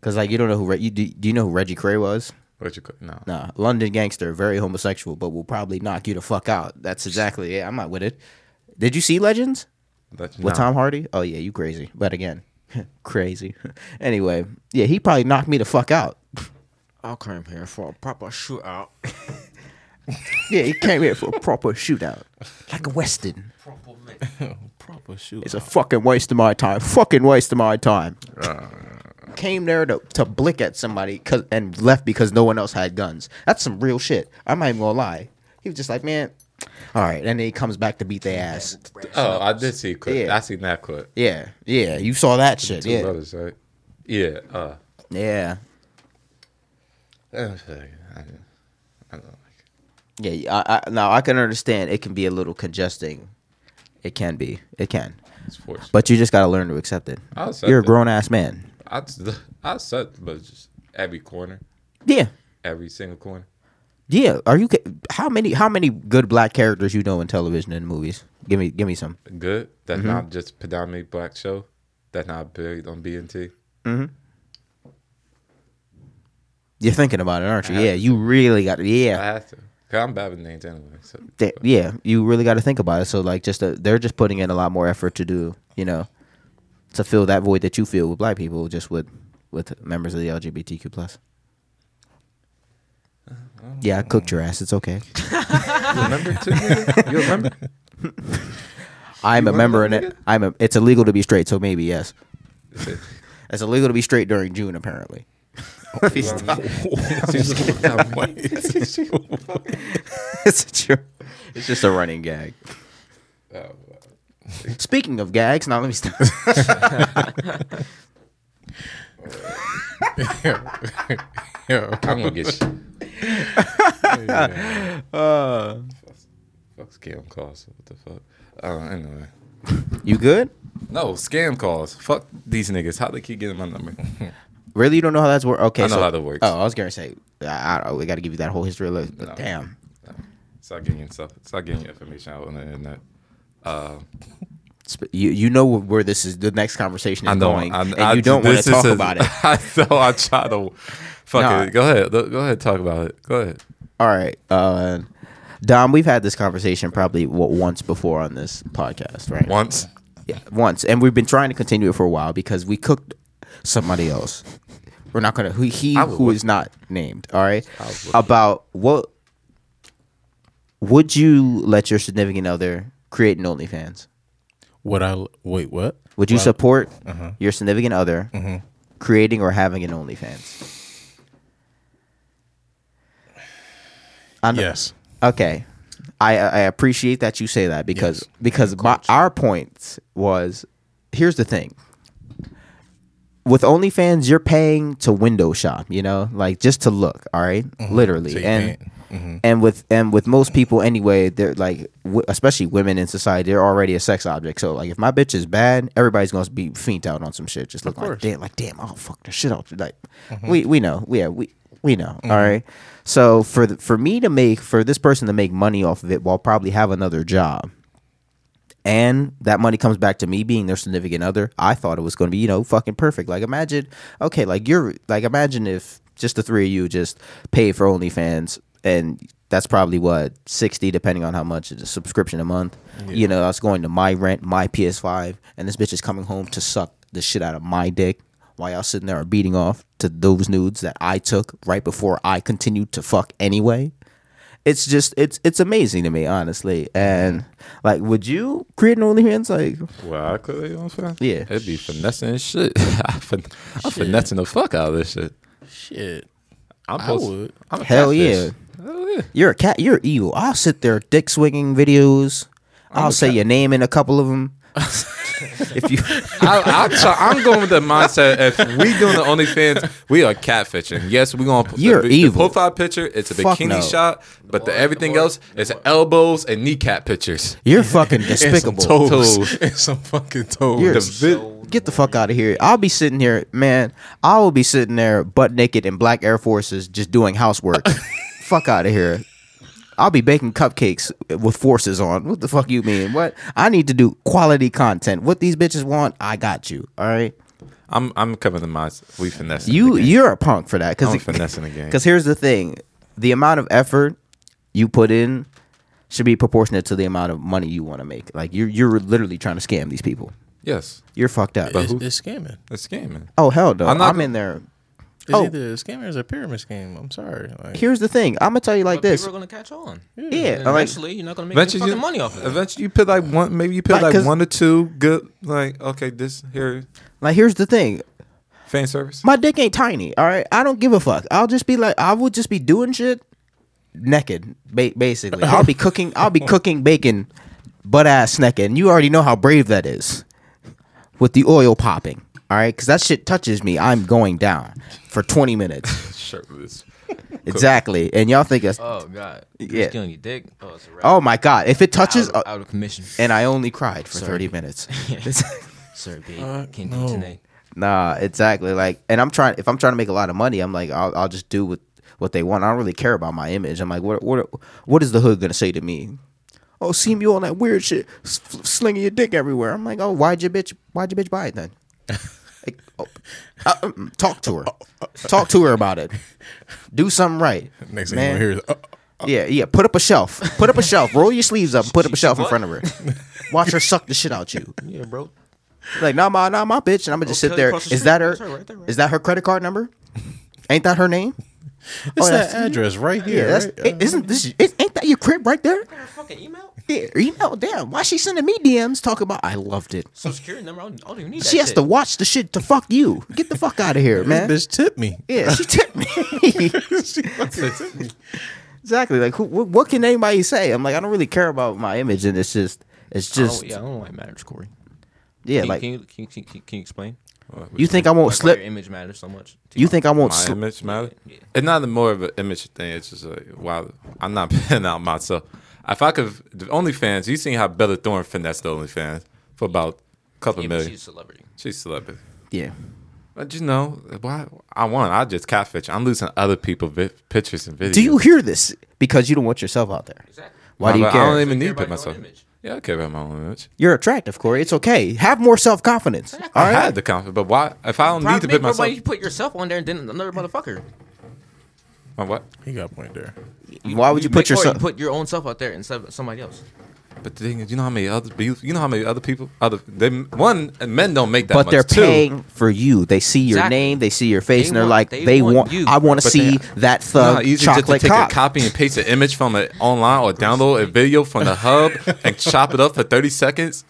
B: Cause like you don't know who Re- you do, do. you know who Reggie Cray was?
A: What you call? No.
B: Nah, London gangster, very homosexual, but will probably knock you the fuck out. That's exactly. Yeah, I'm not with it. Did you see Legends
A: That's-
B: with
A: nah.
B: Tom Hardy? Oh yeah, you crazy. But again, crazy. anyway, yeah, he probably knocked me the fuck out.
D: I'll come here for a proper shootout.
B: Yeah, he came here for a proper shootout, like a western.
D: Proper man.
C: Proper shoot.
B: It's a fucking waste of my time. Fucking waste of my time.
A: Uh.
B: Came there to, to blick at somebody 'cause- and left because no one else had guns. That's some real shit. I'm not even gonna lie. He was just like, man, all right. And then he comes back to beat their ass.
A: Oh, I did see a clip.
B: Yeah.
A: I seen that clip.
B: Yeah, yeah. You saw that shit.
A: Two
B: Yeah,
A: brothers, right? Yeah. Uh,
B: yeah,
A: that was like- I don't, I don't like.
B: yeah. I, I, now I can understand it can be a little congesting. It can be. It can.
A: Sports.
B: But you just gotta learn to accept it.
A: I'll accept
B: You're a
A: it.
B: grown ass man.
A: I just- I suck, but just every corner,
B: Yeah.
A: every single corner.
B: Yeah, are you? ki- How many? How many good black characters you know in television and movies? Give me, give me some.
A: Good. That's
B: Mm-hmm.
A: not just predominantly black show. That's not buried on BNT.
B: You're thinking about it, aren't you? Yeah, you really got to.
A: I
B: Yeah,
A: have to. Cause I'm bad with names anyway. So
B: th- yeah, you really got to think about it. So like, just a, they're just putting in a lot more effort to do, you know, to fill that void that you feel with black people, just with with members of the LGBTQ plus. Yeah, I cooked your ass. It's okay.
A: you remember too? nigga? You remember?
B: I'm a
A: wanna
B: member in
A: live,
B: it. I'm a. It's illegal to be straight, so maybe yes.
A: Shit.
B: It's illegal to be straight during June, apparently. it's true. It's just a running gag.
A: Oh,
B: Speaking of gags, now let me stop.
A: I'm gonna get you. Fuck scam calls. What the fuck? Uh, anyway.
B: You good?
A: No, scam calls. Fuck these niggas. How they keep getting my number?
B: Really, you don't know how that's work? Okay,
A: I know
B: so-
A: how that works.
B: Oh, I was gonna say, I, I, we got to give you that whole history. Look,
A: No.
B: damn.
A: Stop getting your stuff. Stop getting your information out on the internet. Um,
B: Sp- You you know where this is. The next conversation is
A: I know.
B: going,
A: I'm-
B: and
A: I-
B: you don't want
A: this
B: to
A: is
B: talk
A: a-
B: about it.
A: I know. I try to. Fuck
B: Nah.
A: it. Go ahead. Look, Go ahead. Talk about it. Go ahead.
B: All right, uh, Dom. We've had this conversation probably what, once before on this podcast, right?
A: Once.
B: Yeah, once, and we've been trying to continue it for a while because we cooked somebody else. We're not gonna who he
A: I would
B: who
A: look-
B: is not named. All right,
A: I would look-
B: about what would you let your significant other create an OnlyFans?
C: What I wait? What
B: Would you
C: Well,
B: support
A: uh-huh.
B: your significant other
A: Mm-hmm.
B: creating or having an OnlyFans? I know-
C: Yes.
B: Okay. I I appreciate that you say that because because my, our point was here's the thing. With OnlyFans, you're paying to window shop, you know, like just to look. All right? literally,
C: So you're
B: and and with and with most people anyway, they're like, w- especially women in society, they're already a sex object. So like, if my bitch is bad, everybody's gonna be fiend out on some shit. Just look like damn, like damn, I'll fuck the shit out. Like we we know, yeah, we we know. all right. So for the, for me to make for this person to make money off of it while probably have another job, and that money comes back to me being their significant other, I thought it was going to be, you know, fucking perfect. Like, imagine, okay, like you're, like, imagine if just the three of you just paid for OnlyFans and that's probably what, 60, depending on how much is a subscription a month. You know, that's going to my rent, my PS5, and this bitch is coming home to suck the shit out of my dick while y'all sitting there are beating off to those nudes that I took right before I continued to fuck anyway it's just it's it's amazing to me, honestly. And like, would you create an OnlyFans? Like,
A: Well, I could you know what I'm saying?
B: Yeah.
A: It'd be finessing and shit. I fin- I'm finessing the fuck out of this shit.
C: Shit.
A: I'm
C: I
A: supposed-
C: would.
A: I'm a
B: Hell
A: catfish.
B: you're a cat, you're evil. I'll sit there dick swinging videos. I'll say your name in a couple of them. if you,
A: I, I'll try, I'm going with the mindset if we doing the OnlyFans, we are catfishing. Yes, we gonna put
B: You're
A: the,
B: evil.
A: The profile picture, it's a
B: Fuck
A: bikini
B: no.
A: shot, but the everything else is elbows and kneecap pictures.
B: you're fucking
C: And some
B: despicable.
C: toes.
A: Toes.
C: and some fucking toes.
B: You're-
A: vi-
B: Get the fuck out of here. I'll be sitting here, man. I will be sitting there butt naked in black Air Forces just doing housework. fuck out of here. I'll be baking cupcakes with forces on. What the fuck you mean? What? I need to do quality content. What these bitches want, I got you. All right.
A: I'm I'm coming to my we finessing.
B: You
A: the game.
B: you're a punk for that
A: I'm
B: cuz
A: finessing the game.
B: cuz here's the thing. The amount of effort you put in should be proportionate to the amount of money you want to make. Like you are you're literally trying to scam these people.
A: yes,
B: You're fucked up.
C: it's,
A: who-
C: it's scamming.
A: it's scamming.
B: Oh hell no.
A: I'm
B: I'm,
A: not gonna-
B: in there.
C: It's
B: Oh.
C: either a scam or it's a pyramid scheme. I'm sorry. Like,
B: Here's the thing. I'm going to tell you like
D: But
B: this.
D: people are gonna catch on.
B: Yeah,
D: And
B: like-
D: eventually, you're not gonna make any
A: Eventually,
D: fucking
A: you,
D: money off of it.
A: eventually you put like one, maybe you put
B: Like,
A: like,
B: 'cause-
A: one or two good, like okay, this here
B: Like here's the thing.
A: fan service.
B: My dick ain't tiny, all right? I don't give a fuck. I'll just be like I would just be doing shit naked ba- basically. I'll be cooking I'll be cooking bacon butt ass naked. And you already know how brave that is. with the oil popping. All right, because that shit touches me, I'm going down for 20 minutes.
A: Shirtless.
B: exactly. And y'all think it's,
D: Oh god,
B: Yeah.
D: it's killing your dick. Oh, it's a wrap.
B: oh my God, if it touches,
D: out, of-
B: uh,
D: out of commission.
B: and I only cried for
D: Sorry.
B: 30 minutes.
D: Sorry, babe,
C: Uh,
D: can't
C: no.
D: do tonight.
B: nah, exactly. Like, and I'm trying, if I'm trying to make a lot of money, I'm like, I'll, I'll just do what, what they want. I don't really care about my image. I'm like, what, what, what is the hood going to say to me? Oh, see me on that weird shit, s- slinging your dick everywhere. I'm like, oh, why'd your bitch, why'd your bitch buy it then? Like, oh, uh, um, talk to her. Talk to her about it. Do something right.
C: next thing
B: man. Oh,
C: you hear is, uh,
B: Yeah, yeah. Put up a shelf. Put up a shelf. Roll your sleeves up. and Put up a shelf in front of her. Watch her suck the shit out you.
D: Yeah, bro.
B: Like, nah, my, nah, my bitch. And I'm gonna just
D: Oh,
B: sit
D: Kelly
B: there.
D: across the
B: Is that
D: street.
B: her?
D: That's her right there, right?
B: Is that her credit card number? Ain't that her name?
C: it's
B: Oh,
C: that
B: that's-
C: address right
B: Yeah,
C: here.
B: that's.
C: right? uh-huh.
B: it- Isn't this? It, ain't that your crib right there?
D: Her fucking email,
B: Yeah, you know, damn. Why she sending me DMs talking about? I loved it.
D: social security number. I don't, I don't even need that.
B: She has
D: shit.
B: to watch the shit to fuck you. Get the fuck out of here,
C: Uh,
B: man.
C: this bitch tipped me.
B: Yeah, she tipped me.
C: She fucking tipped me.
B: exactly. Like, who, wh- what can anybody say? I'm like, I don't really care about my image, and it's just, it's
D: I don't-
B: just,
D: Oh, yeah, I don't like marriage, Corey.
B: yeah.
D: Can,
B: Like,
D: can, you, can, you- can, you- can you explain?
B: you think I won't
D: Like, why
B: slip?
D: Your image matters so much. to
B: You think I won't?
A: my
B: Sl-
A: image matter.
D: Yeah.
A: It's not more of an image thing. It's just like wow, I'm not pinning out myself. If I could, the OnlyFans. You seen how Bella Thorne finessed the OnlyFans for about a couple
D: Yeah, but
A: million.
D: she's a
A: She's,
D: celebrity.
A: celebrity.
B: yeah,
A: But you know, why I want? I just catfish. I'm losing other people vi- pictures and videos.
B: Do you hear this? Because you don't want yourself out there.
D: Exactly.
B: Why do you
A: But
B: care?
A: I don't even
D: Care
A: need to
D: about
A: put
D: your own
A: myself.
D: image.
A: Yeah, I care about my own image.
B: You're attractive, Corey. It's okay. Have more self confidence. All
A: I
B: right.
A: had the confidence, but why? If I don't
D: Probably
A: need to put
D: make more
A: myself,
D: money if you put yourself on there and then another motherfucker.
A: my what?
C: He got a point there.
B: Why would you put
D: make- or
B: yourself?
D: You put your own self out there instead of somebody else.
A: But the thing is, you know how many other be- you know how many other people other they one men don't make that
B: but
A: much.
B: they're
A: Two,
B: paying for you. They see your
D: Exactly.
B: name. They see your face,
D: They
B: and they're
D: want-
B: like,
D: they
B: they,
D: want
B: want.
D: you.
B: I want to
A: But
B: see
A: they-
B: that
A: Nah,
B: thug
A: easy just to
B: chocolate
A: take
B: cock.
A: a copy and paste an image from an online or download a video from the hub and chop it up for thirty seconds.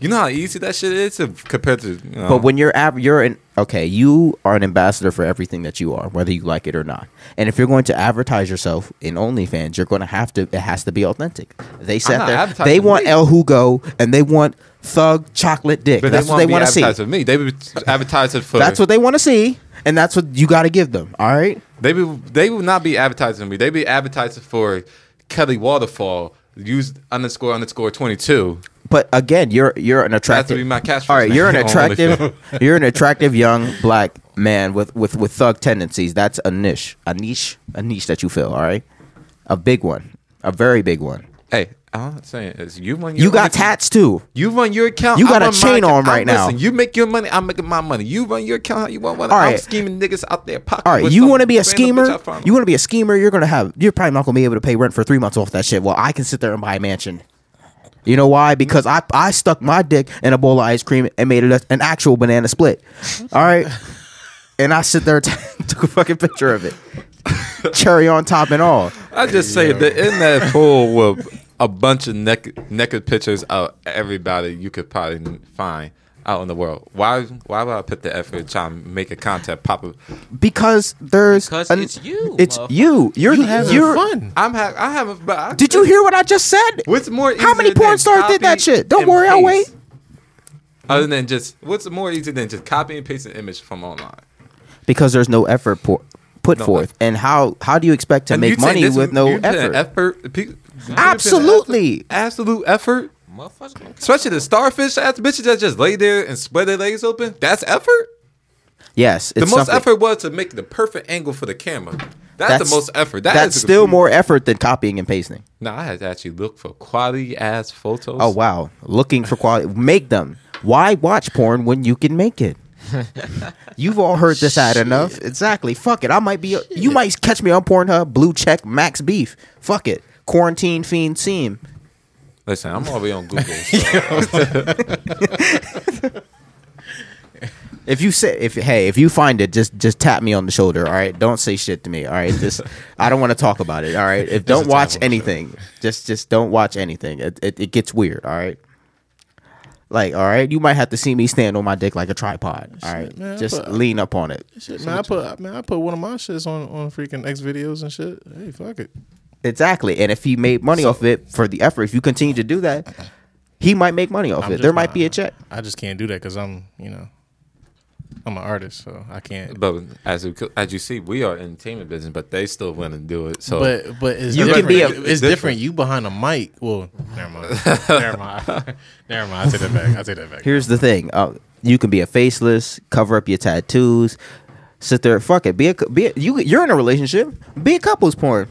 A: You know how easy that shit is to, compared to. You know,
B: But when you're av- you're an okay, you are an ambassador for everything that you are, whether you like it or not. And if you're going to advertise yourself in OnlyFans, you're going to have to. It has to be authentic. They
A: not
B: sat there. They
A: advertising
B: want
A: me.
B: El Hugo and they want thug chocolate dick.
A: But
B: that's
A: they
B: what
A: want
B: they
A: to be
B: want to see.
A: advertised with me. They be advertising for.
B: That's what they want to see, and that's what you got to give them. All right.
A: They be, they will not be advertising me. They be advertising for Kelly Waterfall. Use underscore underscore twenty two.
B: But again, you're you're an attractive.
A: be my cash
B: All right,
A: flow
B: you're an
A: statement on
B: attractive. you're an attractive young black man with with with thug tendencies. That's a niche, a niche, a niche that you fill. All right, a big one, a very big one.
A: Hey, I'm not saying is you run. Your
B: You got
A: OnlyFans-
B: tats too.
A: You run your account.
B: You
A: I
B: got a
A: run my account.
B: chain on right
A: I'm-
B: now.
A: Listen, you make your money. I'm making my money. You run your account. how You want money.
B: All
A: I'm
B: right.
A: scheming niggas out there. Pocket
B: All right,
A: with
B: you
A: some
B: want to be a
A: random
B: schemer?
A: bitch I find.
B: You want to be a schemer? You're gonna have. You're probably not gonna be able to pay rent for three months off that shit. Well, I can sit there and buy a mansion. You know why? Because I I stuck my dick in a bowl of ice cream and made it a- an actual banana split. All right, and I sit there and took a fucking picture of it, cherry on top and all.
A: I just say that in that pool with a bunch of naked, naked pictures of everybody you could probably find out in the world. Why why would I put the effort trying to make a content pop up?
B: Because there's
D: Because it's you,
B: It's
D: motherfucker.
B: you. You're
C: You having
B: you're.
C: fun?
A: I'm ha- I haven't. But I,
B: Did you hear what I just said?
A: What's more?
B: How many
A: easier
B: porn
A: than
B: stars did that
A: copy
B: shit? Don't
A: and
B: worry, I'll
A: paste?
B: wait.
A: Other than just what's more easy than just copy and paste an image from online?
B: because there's no effort por- put
A: No
B: forth.
A: effort.
B: And how how do you expect to
A: And you
B: make
A: saying
B: money
A: this-
B: with no
A: you put an
B: effort?
A: effort? pe- you put an
B: Absolutely.
A: effort- absolute effort.
D: Motherfuckers gonna catch
A: Especially the starfish ass bitches that just lay there and spread their legs open. That's effort.
B: Yes, it's
A: The most
B: something.
A: effort was to make the perfect angle for the camera. That's, the most effort. That
B: that's
A: is a
B: still
A: complete-
B: more effort than copying and pasting.
A: No, I had to actually look for quality ass photos.
B: Oh wow, looking for quality, make them. Why watch porn when you can make it? You've all heard this ad enough. Exactly. Fuck it. I might be. You might catch me on Pornhub, blue check, max beef. Fuck it. Quarantine fiend seam.
A: Listen, I'm already on Google. so-
B: If you say if hey if you find it just just tap me on the shoulder all right don't say shit to me all right just I don't want to talk about it all right if don't
C: a
B: watch
C: tap on the
B: anything just just don't watch anything it, it it gets weird all right like all right you might have to see me stand on my dick like a tripod all right
C: man,
B: just
C: but-
B: lean up on it
C: Shit, man, I put man, I put one of my shits on on freaking X videos and shit. Hey, fuck it.
B: exactly and if he made money off of it for the effort if you continue to do that he might make money off
C: I'm
B: it
C: just
B: there might
C: not-
B: be a check
C: I just can't do that because I'm you know I'm an artist, so I can't.
A: but as you, as you see, we are entertainment business, but they still want to do it. So
C: But but it's
B: oh. You can
C: different.
B: be a-
C: it's different.
A: different.
C: You behind a mic. Well, never mind. never mind. never mind. I take that back. I take that back.
B: Here's the thing: uh, you can be a faceless, cover up your tattoos, sit there, fuck it, be a be a, you. You're in a relationship, be a couples porn,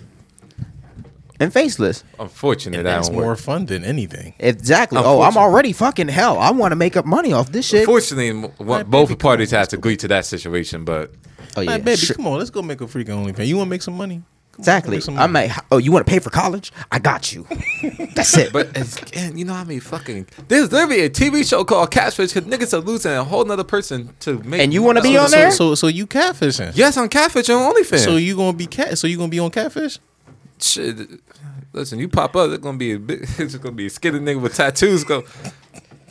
B: and faceless.
A: unfortunately, that
C: That's
A: don't work.
C: more fun than anything.
B: Exactly. Oh, I'm
A: Unfortunately.
B: already fucking hell. I want to make up money off this shit.
A: Unfortunately, m- one- both parties have to agree to that situation. But
B: Oh yeah,
C: Like, baby,
B: sure.
C: come on, let's go make a freaking OnlyFans. You want to make some money? Come on, go
B: exactly.
C: make some
B: I
C: money.
B: might. Oh, you want to pay for college? I got you. That's it.
A: but it's, and you know how many fucking there's literally a TV show called Catfish because niggas are losing a whole nother person to make.
B: And you wanna be
A: So-
B: on
A: so-
B: there?
C: So, so so you catfishing?
A: Yes, on Catfish on OnlyFans.
C: So you gonna be cat? So you gonna be on catfish?
A: shit. Listen, you pop up, it's gonna be a big, it's gonna be a skinny nigga with tattoos. Go,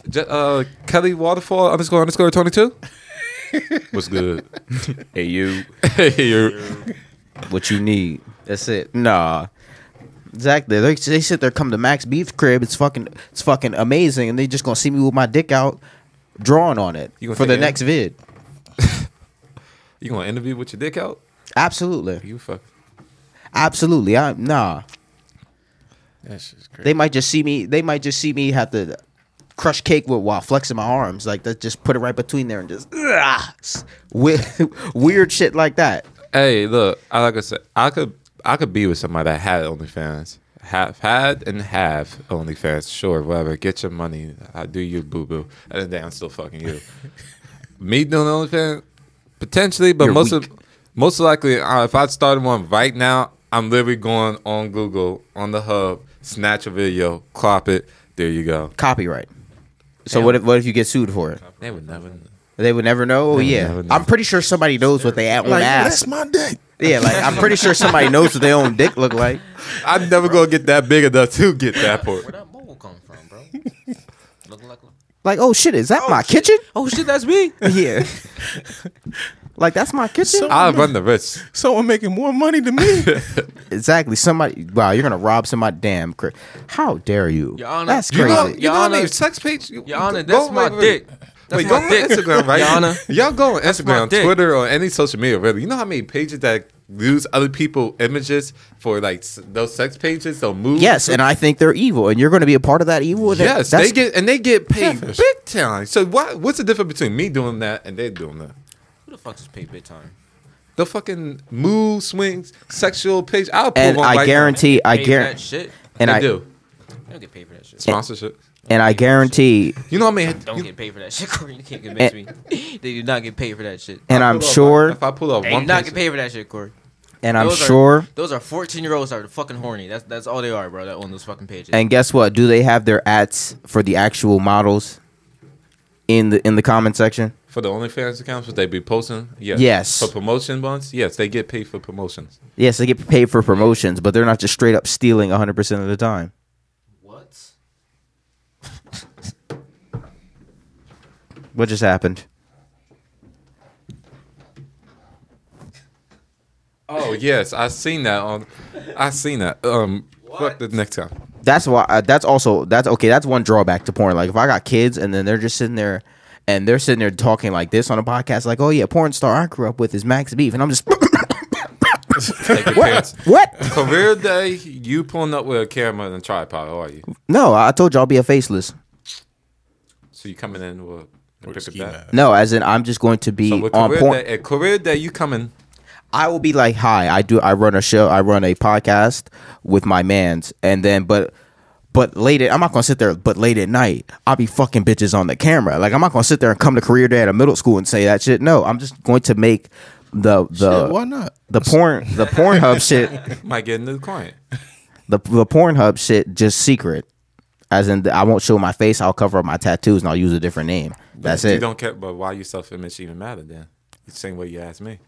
A: Ju- uh, Kelly Waterfall underscore underscore twenty two. What's good?
B: hey, you.
A: hey, you're,
B: What you need? That's it. Nah. Exactly. They, they sit there, come to Max Beef crib. It's fucking, it's fucking amazing, and they just gonna see me with my dick out, drawing on it
A: You gonna
B: for the
A: take it?
B: next vid.
A: you gonna interview with your dick out?
B: Absolutely,
A: You fuck.
B: absolutely. I nah.
C: That's just crazy.
B: They might just see me. They might just see me have to crush cake with while flexing my arms like that. Just put it right between there and just ah, weird, weird shit like that.
A: Hey, look, I like I said, I could I could be with somebody that had OnlyFans, have had and have OnlyFans. Sure, whatever. Get your money. I do you, boo boo. And then I'm still fucking you. Me doing OnlyFans, potentially, but
B: You're
A: most
B: weak.
A: of most likely, uh, if I started one right now, I'm literally going on Google on the hub, snatch a video, crop it. There you go.
B: Copyright. So what if what if you get sued for it?
A: They would never.
B: They would never know. Oh yeah,
A: never know.
B: I'm pretty sure somebody knows what they at on
C: like,
B: ass.
C: that's my dick.
B: Yeah, like I'm pretty sure somebody knows what their own dick look like.
A: I'm never gonna get that big enough to get that
D: Where
A: part.
D: that mole come from, bro? Looking like
B: Like, oh shit, is that my kitchen?
D: Oh shit, that's me.
B: Yeah. like that's my kitchen.
C: So-
A: I'll run the risk.
C: Someone making more money than me.
B: exactly. Somebody. Wow, you're gonna rob somebody. Damn. Cra- How dare you?
D: Your Honor.
B: that's
A: You
B: crazy.
A: know, you
D: Your
A: know how
D: Honor-
A: many sex page?
D: Your Honor, that's my dick. That's
A: Wait, go
D: my
A: on
D: dick.
A: Instagram, right?
D: Your Honor.
A: Y'all go on
D: my
A: Instagram,
D: dick.
A: Twitter, or any social media, really. You know how many pages that use other people images for like s- those sex pages? They'll move.
B: yes, and I think they're evil, and you're gonna be a part of that evil. That-
A: yes,
B: that's
A: they get and they get paid
C: Catfish.
A: big time. So what? What's the difference between me doing that and they doing that?
D: Who the fuck just paid big time?
A: The fucking mood swings, sexual page. I'll pull
B: and
A: one
B: I
A: right now.
B: guarantee, I
D: Paid for that
B: guarantee,
D: shit.
B: and
A: They
B: I
A: do
D: You don't get paid for that shit.
A: sponsorship.
B: and I guarantee,
A: You know what I mean?
D: Don't get paid for that shit, Corey. You can't convince me. They do not get paid for that shit.
B: Eh. and I'm
A: Pull up,
B: sure,
A: if I pull up
D: They do
A: one,
D: not get
A: page,
D: paid for that shit, Corey.
B: and I'm
D: Those are-
B: sure.
D: those are 14 year olds that are fucking horny. That's that's all they are, bro. That own those fucking pages.
B: And guess what? Do they have their ads for the actual models in the in the comment section?
A: for the OnlyFans accounts, would they be posting? Yes.
B: Yes.
A: For promotion ones, yes, they get paid for promotions.
B: Yes, they get paid for promotions, but they're not just straight up stealing 100 percent of the time.
D: what?
B: What just happened?
A: Oh yes, I seen that on. I seen that. Um, fuck the next time.
B: That's why. Uh, that's also that's okay. That's one drawback to porn. Like if I got kids and then they're just sitting there. And they're sitting there talking like this on a podcast, like, "Oh yeah, porn star I grew up with is Max Beef," and I'm just,
A: Take your
B: what?
A: pants.
B: What?
A: Career day, you pulling up with a camera and a tripod, how are you?
B: No, I told you I'll be a faceless.
A: So you coming in with a
C: Or
A: pick of
C: ski
A: that?
C: mask.
B: No, as in I'm just going to be
A: So with
B: on
A: career
B: porn.
A: day, at career day, you coming?
B: I will be like, "Hi, I do. I run a show. I run a podcast with my man's." And then, but, but late. At, I'm not gonna sit there. But late at night, I'll be fucking bitches on the camera. Like I'm not gonna sit there and come to career day at a middle school and say that shit. No, I'm just going to make the the
C: Shit, why not?
B: the porn the Pornhub shit
A: Might get a new client.
B: the the Pornhub shit just secret. As in, I won't show my face. I'll cover up my tattoos and I'll use a different name. That's
A: You
B: it.
A: don't care, but why your self image even matter then? The same way you asked me.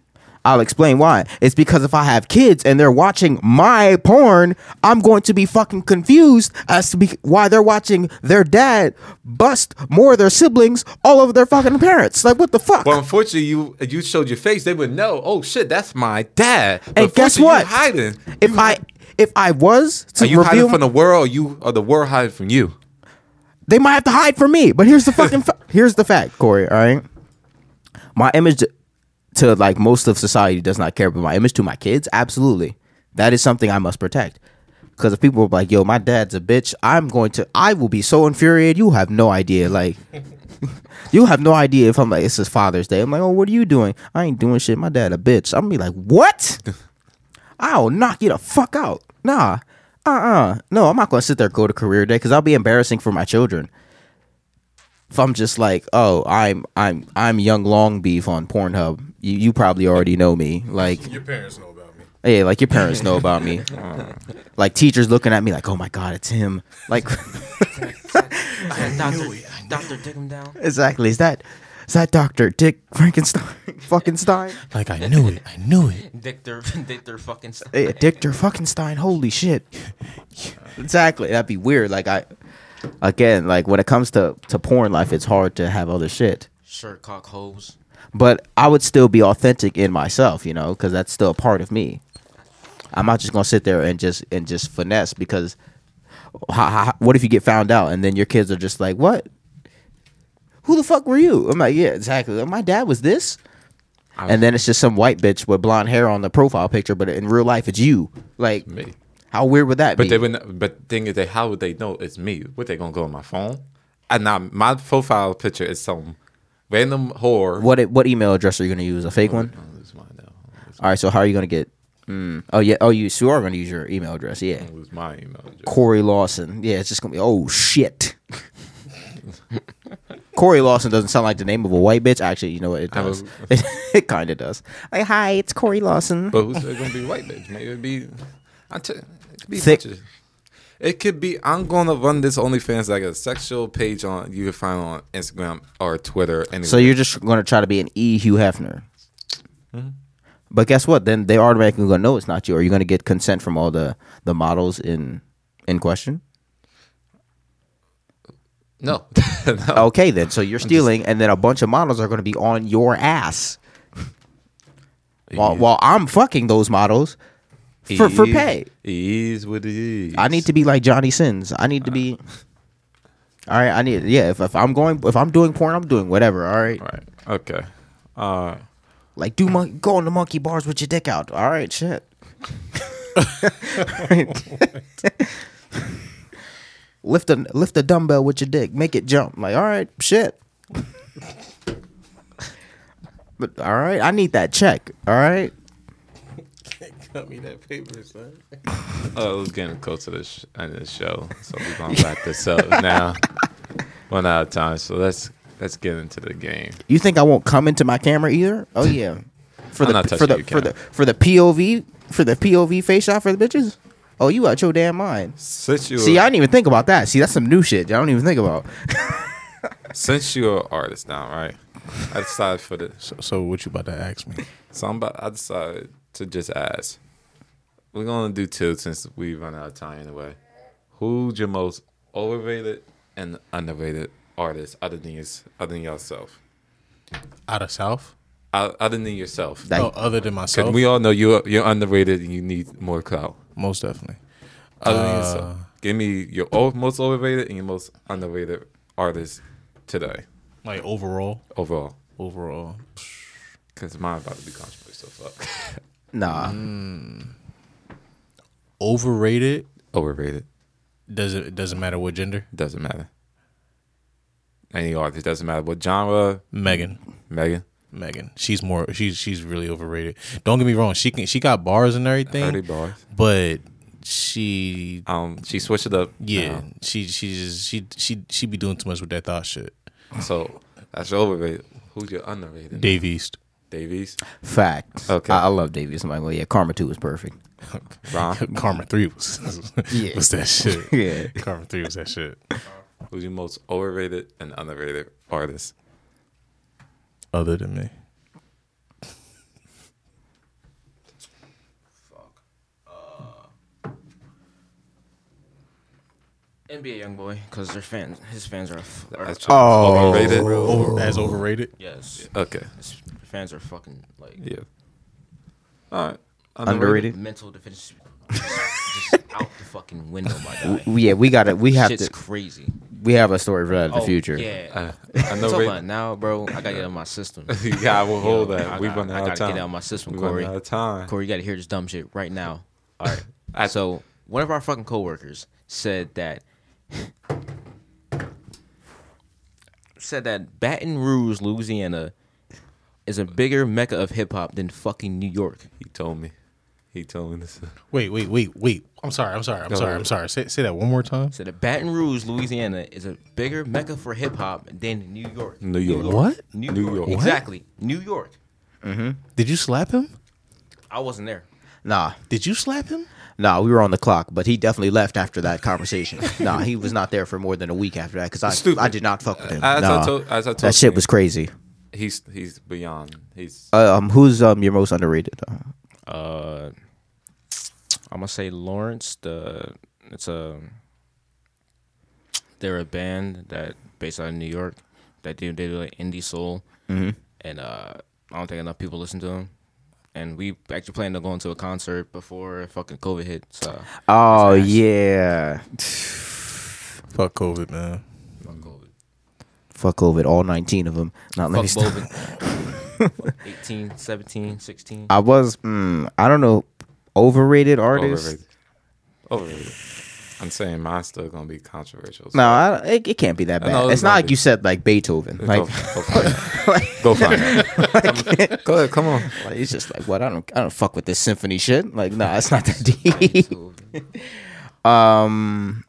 B: I'll explain why. It's because if I have kids and they're watching my porn, I'm going to be fucking confused as to be why they're watching their dad bust more of their siblings all over their fucking parents. Like, what the fuck?
A: Well, unfortunately, you you showed your face. They would know. Oh shit, that's my dad. But
B: and guess
A: unfortunately, you
B: what?
A: hiding.
B: If I if I was to
A: Are you
B: reveal,
A: hiding from the world? You or the world hiding from you?
B: they might have to hide from me. But here's the fucking fa- here's the fact, Corey. All right, my image to like most of society does not care, but my image to my kids, absolutely, that is something I must protect. Because if people are like, "Yo, my dad's a bitch," I'm going to, I will be so infuriated. You have no idea, like. You have no idea if I'm like it's his Father's Day. I'm like, oh, what are you doing? I ain't doing shit. My dad a bitch. I'm gonna be like, what? I'll knock you the fuck out. Nah, uh, uh No, I'm not gonna sit there and go to career day because I'll be embarrassing for my children. If I'm just like, oh, I'm I'm I'm young long beef on Pornhub. You you probably already know me. Like,
C: Your parents know about me.
B: yeah, like your parents know about me. like teachers looking at me like, oh my god, it's him. Like.
D: Doctor, Doctor, dig him down.
B: Exactly. Is that is that Doctor Dick Frankenstein? fucking Stein.
C: Like I knew it. I knew it.
D: Dick their, dick their fucking. Stuff.
B: Eh, Dictor fucking Stein. Holy shit. exactly. That'd be weird. Like I, again, like when it comes to to porn life, it's hard to have other shit.
D: Sure, cock hoes.
B: But I would still be authentic in myself, you know, because that's still a part of me. I'm not just gonna sit there and just and just finesse because, ha, ha, ha- what if you get found out and then your kids are just like, what? Who the fuck were you? I'm like, yeah, exactly. My dad was this. and then it's just some white bitch with blonde hair on the profile picture, but in real life, it's you. Like,
A: Me.
B: how weird would that
A: But
B: be?
A: they would. Not, but thing is, they how would they know it's me? What they gonna go on my phone? And now my profile picture is some random whore.
B: what what email address are you gonna use? A fake one.
A: I'll lose mine now.
B: All right. So how are you gonna get?
A: Hmm.
B: Mm, oh yeah. Oh, you. So you are gonna use your email address. Yeah.
A: I'll lose my email address.
B: Corey Lawson. Yeah. It's just gonna be. Oh shit. Corey Lawson doesn't sound like the name of a white bitch. Actually, you know what? It
A: I
B: does.
A: was-
B: It, kind of does. Like, hi, it's Corey Lawson.
A: But who's it gonna be white bitch? Maybe it'd be. I tell you, it could be
B: Thick.
A: bitches. It could be. I'm gonna run this OnlyFans like a sexual page on you can find on Instagram or Twitter. Anywhere.
B: So you're just gonna try to be an E. Hugh Hefner.
A: Mm-hmm.
B: But guess what? Then they automatically gonna know it's not you. Are you gonna get consent from all the the models in in question?
A: No. No.
B: Okay, then. So you're stealing, and then a bunch of models are going to be on your ass while, while I'm fucking those models for, for
A: Ease-
B: pay.
A: Ease with ease.
B: I need to be like Johnny Sins. I need to be. All right, I need. Yeah, if, if I'm going, if I'm doing porn, I'm doing whatever. All right,
A: All right. Okay. All right.
B: like do mon- go on the monkey bars with your dick out. All right, shit. lift a lift a dumbbell with your dick, make it jump. Like, all right, shit. but all right, I need that check. All right,
C: Cut me that paper, son.
A: Oh, it was getting close to the sh- end of the show, so we're gonna wrap this up now. One out of time, so let's let's get into the game.
B: you think I won't come into my camera either? Oh yeah, for
A: I'm
B: the
A: not touching
B: for the
A: your
B: for the
A: camera.
B: for the POV for the POV face shot for the bitches. Oh, you out your damn mind.
A: Since you
B: See, I didn't even think about that. See, that's some new shit. that I don't even think about.
A: since you're an artist now, right? I decided for the
C: So, so what you about to ask me?
A: so I'm about, I decided to just ask. We're gonna do two since we run out of time anyway. Who's your most overrated and underrated artist other than your, other than yourself?
C: Out of South?
A: O- Other than yourself,
B: Like,
C: oh, other than myself?
A: because we all know you're you're underrated and you need more clout.
C: Most definitely.
A: Other
C: Uh,
A: than yourself, give me your o- most overrated and your most underrated artist today
C: Like overall?
A: overall.
C: Overall.
A: Because mine's about to be controversial. Fuck.
B: nah,
C: Overrated
A: overrated
C: doesn't it doesn't matter what gender.
A: doesn't matter. Any artist doesn't matter what genre.
C: Megan.
A: Megan,
C: Megan. She's more she's she's really overrated. Don't get me wrong, she can she got bars and
A: thirty
C: everything.
A: bars.
C: But she
A: Um, she switched it up.
C: yeah,
A: now.
C: she she just she she she be doing too much with that thought shit.
A: so that's your overrated. Who's your underrated?
C: Dave East.
A: Davies,
B: fact.
A: Okay.
B: I, I love Davies. Michael. Yeah, Karma Two is perfect.
A: Ron.
C: Karma three was
B: Uh-huh. Yeah.
C: was that shit.
B: Yeah.
C: Karma three was that shit.
A: Who's your most overrated and underrated artist?
C: Other than me.
D: NBA young boy, because their fans, his fans are, f- are
A: That's your most overrated.
C: Oh. Over, as overrated.
D: yes,
A: Okay.
D: his fans are fucking like
A: Yeah. All right.
B: Underrated.
D: mental deficiency, just out the fucking window, my guy.
B: W- Yeah, we got it. We have
D: Shit's
B: to.
D: crazy.
B: We have a story for that in the
D: Oh,
B: future.
D: Yeah.
A: Uh,
D: I'm talking about
A: underrated.
D: now, bro. I gotta get out of my system.
A: yeah, I will hold
D: Yo, I
A: that. We
D: gotta-
A: run
D: I
A: out
D: gotta
A: of time.
D: get out my system,
A: we
D: Corey.
A: run out of time.
D: Corey, you gotta hear this dumb shit right now. All right. so one of our fucking coworkers said that said that Baton Rouge, Louisiana, is a bigger mecca of hip hop than fucking New York.
A: He told me. He told me this.
C: Wait, wait, wait, wait. I'm sorry, I'm sorry, I'm sorry, I'm sorry. Say say that one more time.
D: Said that Baton Rouge, Louisiana, is a bigger mecca for hip hop than New York.
A: New York.
C: What?
D: New,
A: New
D: York.
A: York. What?
D: Exactly. New York.
C: Did you slap him?
D: I wasn't there.
B: Nah,
C: Did you slap him?
B: nah, we were on the clock, but he definitely left after that conversation. nah, he was not there for more than a week after that because I
A: Stupid.
B: I did not fuck with him.
A: As
B: nah.
A: I told, as I told
B: that shit
A: you,
B: was crazy.
A: He's he's beyond. He's
B: Uh, um, who's um your most underrated? Uh,
D: uh I'm gonna say Lawrence. The it's a they're a band that based out of New York that do they do like indie soul, and uh I don't think enough people listen to them. And we actually planned on going to a concert before fucking COVID hit. So
B: oh yeah,
C: Fuck COVID, man.
D: fuck COVID.
B: fuck COVID. All nineteen of them. Not let
D: Fuck
B: me stop.
D: COVID. 18, 17, 16.
B: I was, mm, I don't know, overrated artist.
A: overrated. Overrated. I'm saying mine's still gonna be controversial. so-
B: No, I, it, it can't be that
A: I
B: bad.
A: know
B: it's
A: it's
B: not
A: not
B: like
A: big.
B: you said like Beethoven.
A: go,
B: Like,
A: go find out. Go find out. Come- go ahead. Come on.
B: like, it's just like what I don't I don't fuck with this symphony shit. Like, no, it's not that deep. um,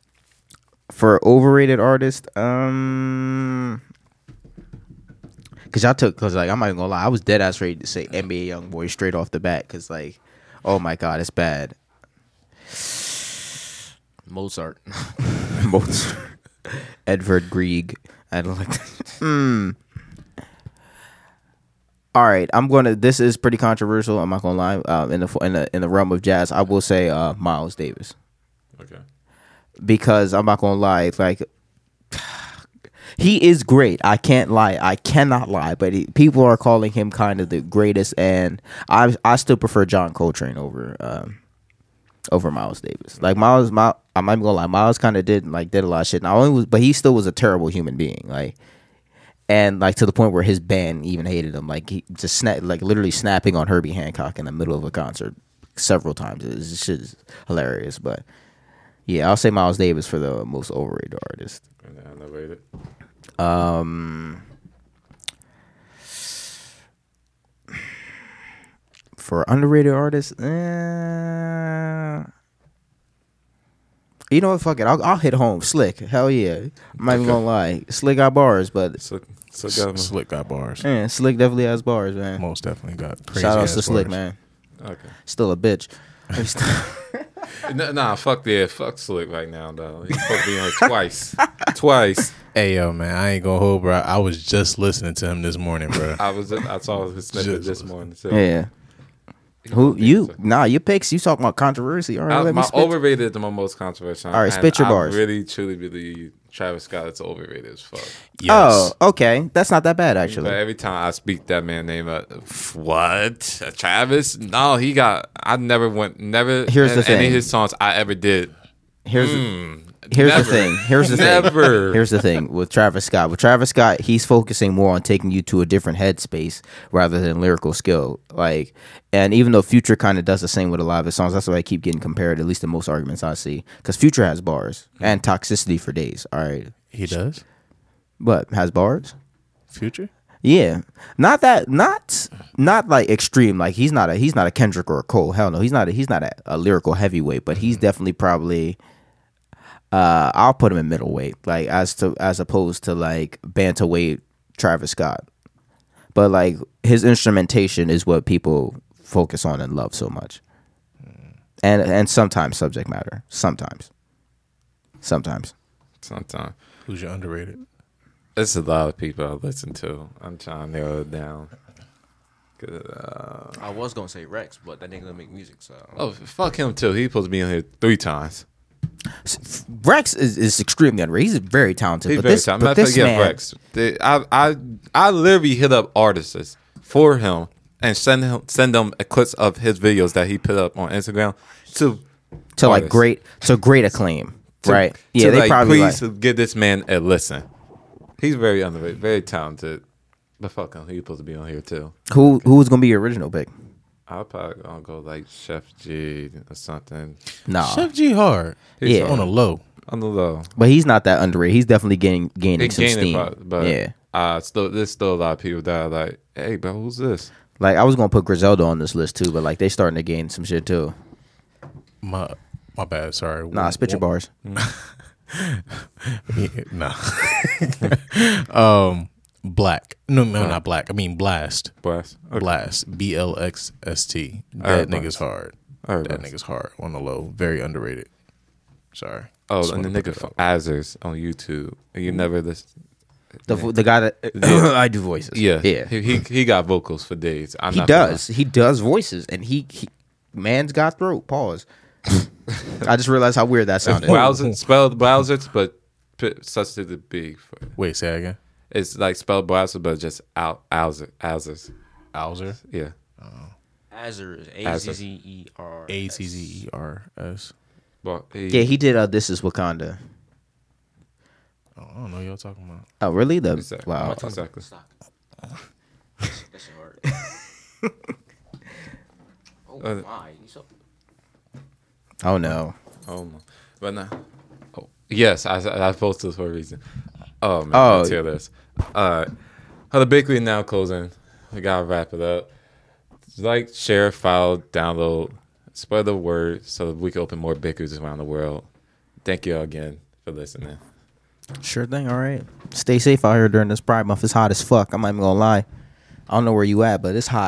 B: for overrated artist, um, because I took because like I'm not even gonna lie, I was dead ass ready to say NBA YoungBoy straight off the bat because like, oh my god, it's bad.
D: Mozart.
B: Mozart. Edvard Grieg. I don't like that. Hmm. All right, I'm gonna. This is pretty controversial. I'm not gonna lie. Um, in the in the in the realm of jazz, I will say uh, Miles Davis
A: Okay.
B: because I'm not gonna lie. Like He is great. I can't lie. I cannot lie. But he, people are calling him kind of the greatest, and I I still prefer John Coltrane over um, over Miles Davis. Like Miles, my I'm not even gonna lie. Miles kind of did like did a lot of shit. Not only was, but he still was a terrible human being. Like and like to the point where his band even hated him. Like he just snap, like literally snapping on Herbie Hancock in the middle of a concert several times. It's it's just hilarious. But yeah, I'll say Miles Davis for the most overrated artist.
A: And I never ate it.
B: Um, For underrated artists, eh, you know what? Fuck it. I'll, I'll hit home. Slick. Hell yeah. I'm not even gonna lie. Slick got bars, but
A: So, so
C: S-
A: got him.
C: Slick got bars.
B: man, Slick definitely has bars, man.
C: Most definitely got crazy.
B: Shout outs
C: ass
B: to Slick,
C: bars.
B: man.
A: Okay.
B: Still a bitch.
A: Nah, nah, fuck there. Fuck Slick right now, though. He's supposed to be on twice. Twice.
C: Hey yo, man, I ain't gonna hold, bro. I was just listening to him this morning, bro.
A: I was. I saw his snippet
C: Just-
A: this morning. So.
B: yeah. Who you? Nah, your picks. You talking about controversy? All right,
A: I,
B: let me
A: Uh, my
B: spit.
A: overrated to my most controversial.
B: All right,
A: and
B: spit your
A: I
B: bars.
A: really, truly believe Travis Scott is overrated as fuck.
C: Yes.
B: Oh, okay. That's not that bad actually.
A: But every time I speak that man name, uh, f- what Travis? No, he got. I never went. Never.
B: Here's
A: in
B: the
A: any
B: thing.
A: of his songs I ever did.
B: Here's
C: Hmm.
A: Mm,
B: here's the
A: never.
B: thing. Here's the
A: Never.
B: thing. Here's the thing with Travis Scott. With Travis Scott, he's focusing more on taking you to a different headspace rather than lyrical skill. Like, and even though Future kind of does the same with a lot of his songs, that's why I keep getting compared. At least in most arguments I see, because Future has bars and toxicity for days. All right,
C: He does.
B: but has bars.
C: Future.
B: Yeah, not that, not not like extreme. Like he's not a he's not a Kendrick or a Cole. Hell no, he's not a, he's not a, a lyrical heavyweight, but
A: Mm-hmm.
B: he's definitely probably. Uh, I'll put him in middleweight, like as to as opposed to like bantamweight Travis Scott, but like his instrumentation is what people focus on and love so much,
A: Mm.
B: and and sometimes subject matter, sometimes, sometimes.
A: Sometimes
C: Who's your underrated?
A: it's a lot of people I listen to. I'm trying to narrow it down. 'Cause, Uh,
D: I was gonna say Rex, but that nigga don't make music, so
A: oh, fuck him too. He's supposed to be in here three times.
B: Rex is, is extremely underrated. He's very talented,
A: He's
B: but
A: very
B: this,
A: talented.
B: but
A: I'm not
B: this
A: thinking
B: man,
A: of Rex. They- I, I, I literally hit up artists for him and send him send them clips of his videos that he put up on Instagram to
B: to like
A: artists.
B: great to great acclaim,
A: to-
B: right?
A: to,
B: Yeah, they
A: like,
B: probably like,
A: please give this man a listen. He's very underrated, very talented. But fuck him, he's supposed to be on here too.
B: who who's gonna be your original pick?
A: I'll probably gonna go like Chef G or something
B: Nah,
C: Chef G hard.
A: He's
B: Yeah.
C: on a low.
A: on the low.
B: but he's not that underrated. He's definitely gaining gaining
A: It
B: some
A: gaining,
B: steam.
A: but, but
B: yeah,
A: uh, still, there's still a lot of people that are like, "Hey, bro, who's this?"
B: like I was gonna put Griselda on this list too, but like they starting to gain some shit too.
C: My my bad. Sorry.
B: Nah,
A: Mm,
B: spit your bars.
C: nah. um, black. No, no, not black. I mean blast.
A: Blast. Okay.
C: Blast. B L X S T. That
A: Alright,
C: nigga's hard.
A: Alright,
C: that
A: Blast.
C: nigga's hard on the low. Very underrated. Sorry.
A: Oh,
C: Just
A: and the
C: wanted to
A: nigga
C: put
A: from
C: that
A: Azers on YouTube. You never listen.
B: The vo- the guy that I do voices.
A: Yeah,
B: yeah.
A: He, he he got vocals for days. I'm
B: He
A: not gonna
B: does. He does voices, and he, he man's got throat. Pause. I just realized how weird that sounded.
A: lie. Browsers spelled browsers, but p- such to the B. For,
C: out. Wait, say that again.
A: it's like spelled browser, but just out Azers. Azers.
C: Alzer.
A: Yeah.
D: Azzer is A Z Z E R.
C: A T Z E R S.
A: Well, he,
B: yeah, he did. Uh, this is Wakanda.
C: Oh, I don't know what y'all talking about.
B: Oh, really? The
A: exactly.
B: wow.
A: Exactly.
D: Stop. That's hard. oh my, you so
B: Oh no.
A: Oh my. But nah. Oh, yes, I I posted this for a reason. Oh man,
B: Oh.
A: let's hear this. Uh, how the bakery now closing. We gotta wrap it up. Like, share, file, download, spread the word so that we can open more bakeries around the world. Thank you all again for listening.
B: Sure thing. All right. Stay safe out here during this Pride Month. It's hot as fuck. I'm not even gonna lie. I don't know where you at, but it's hot.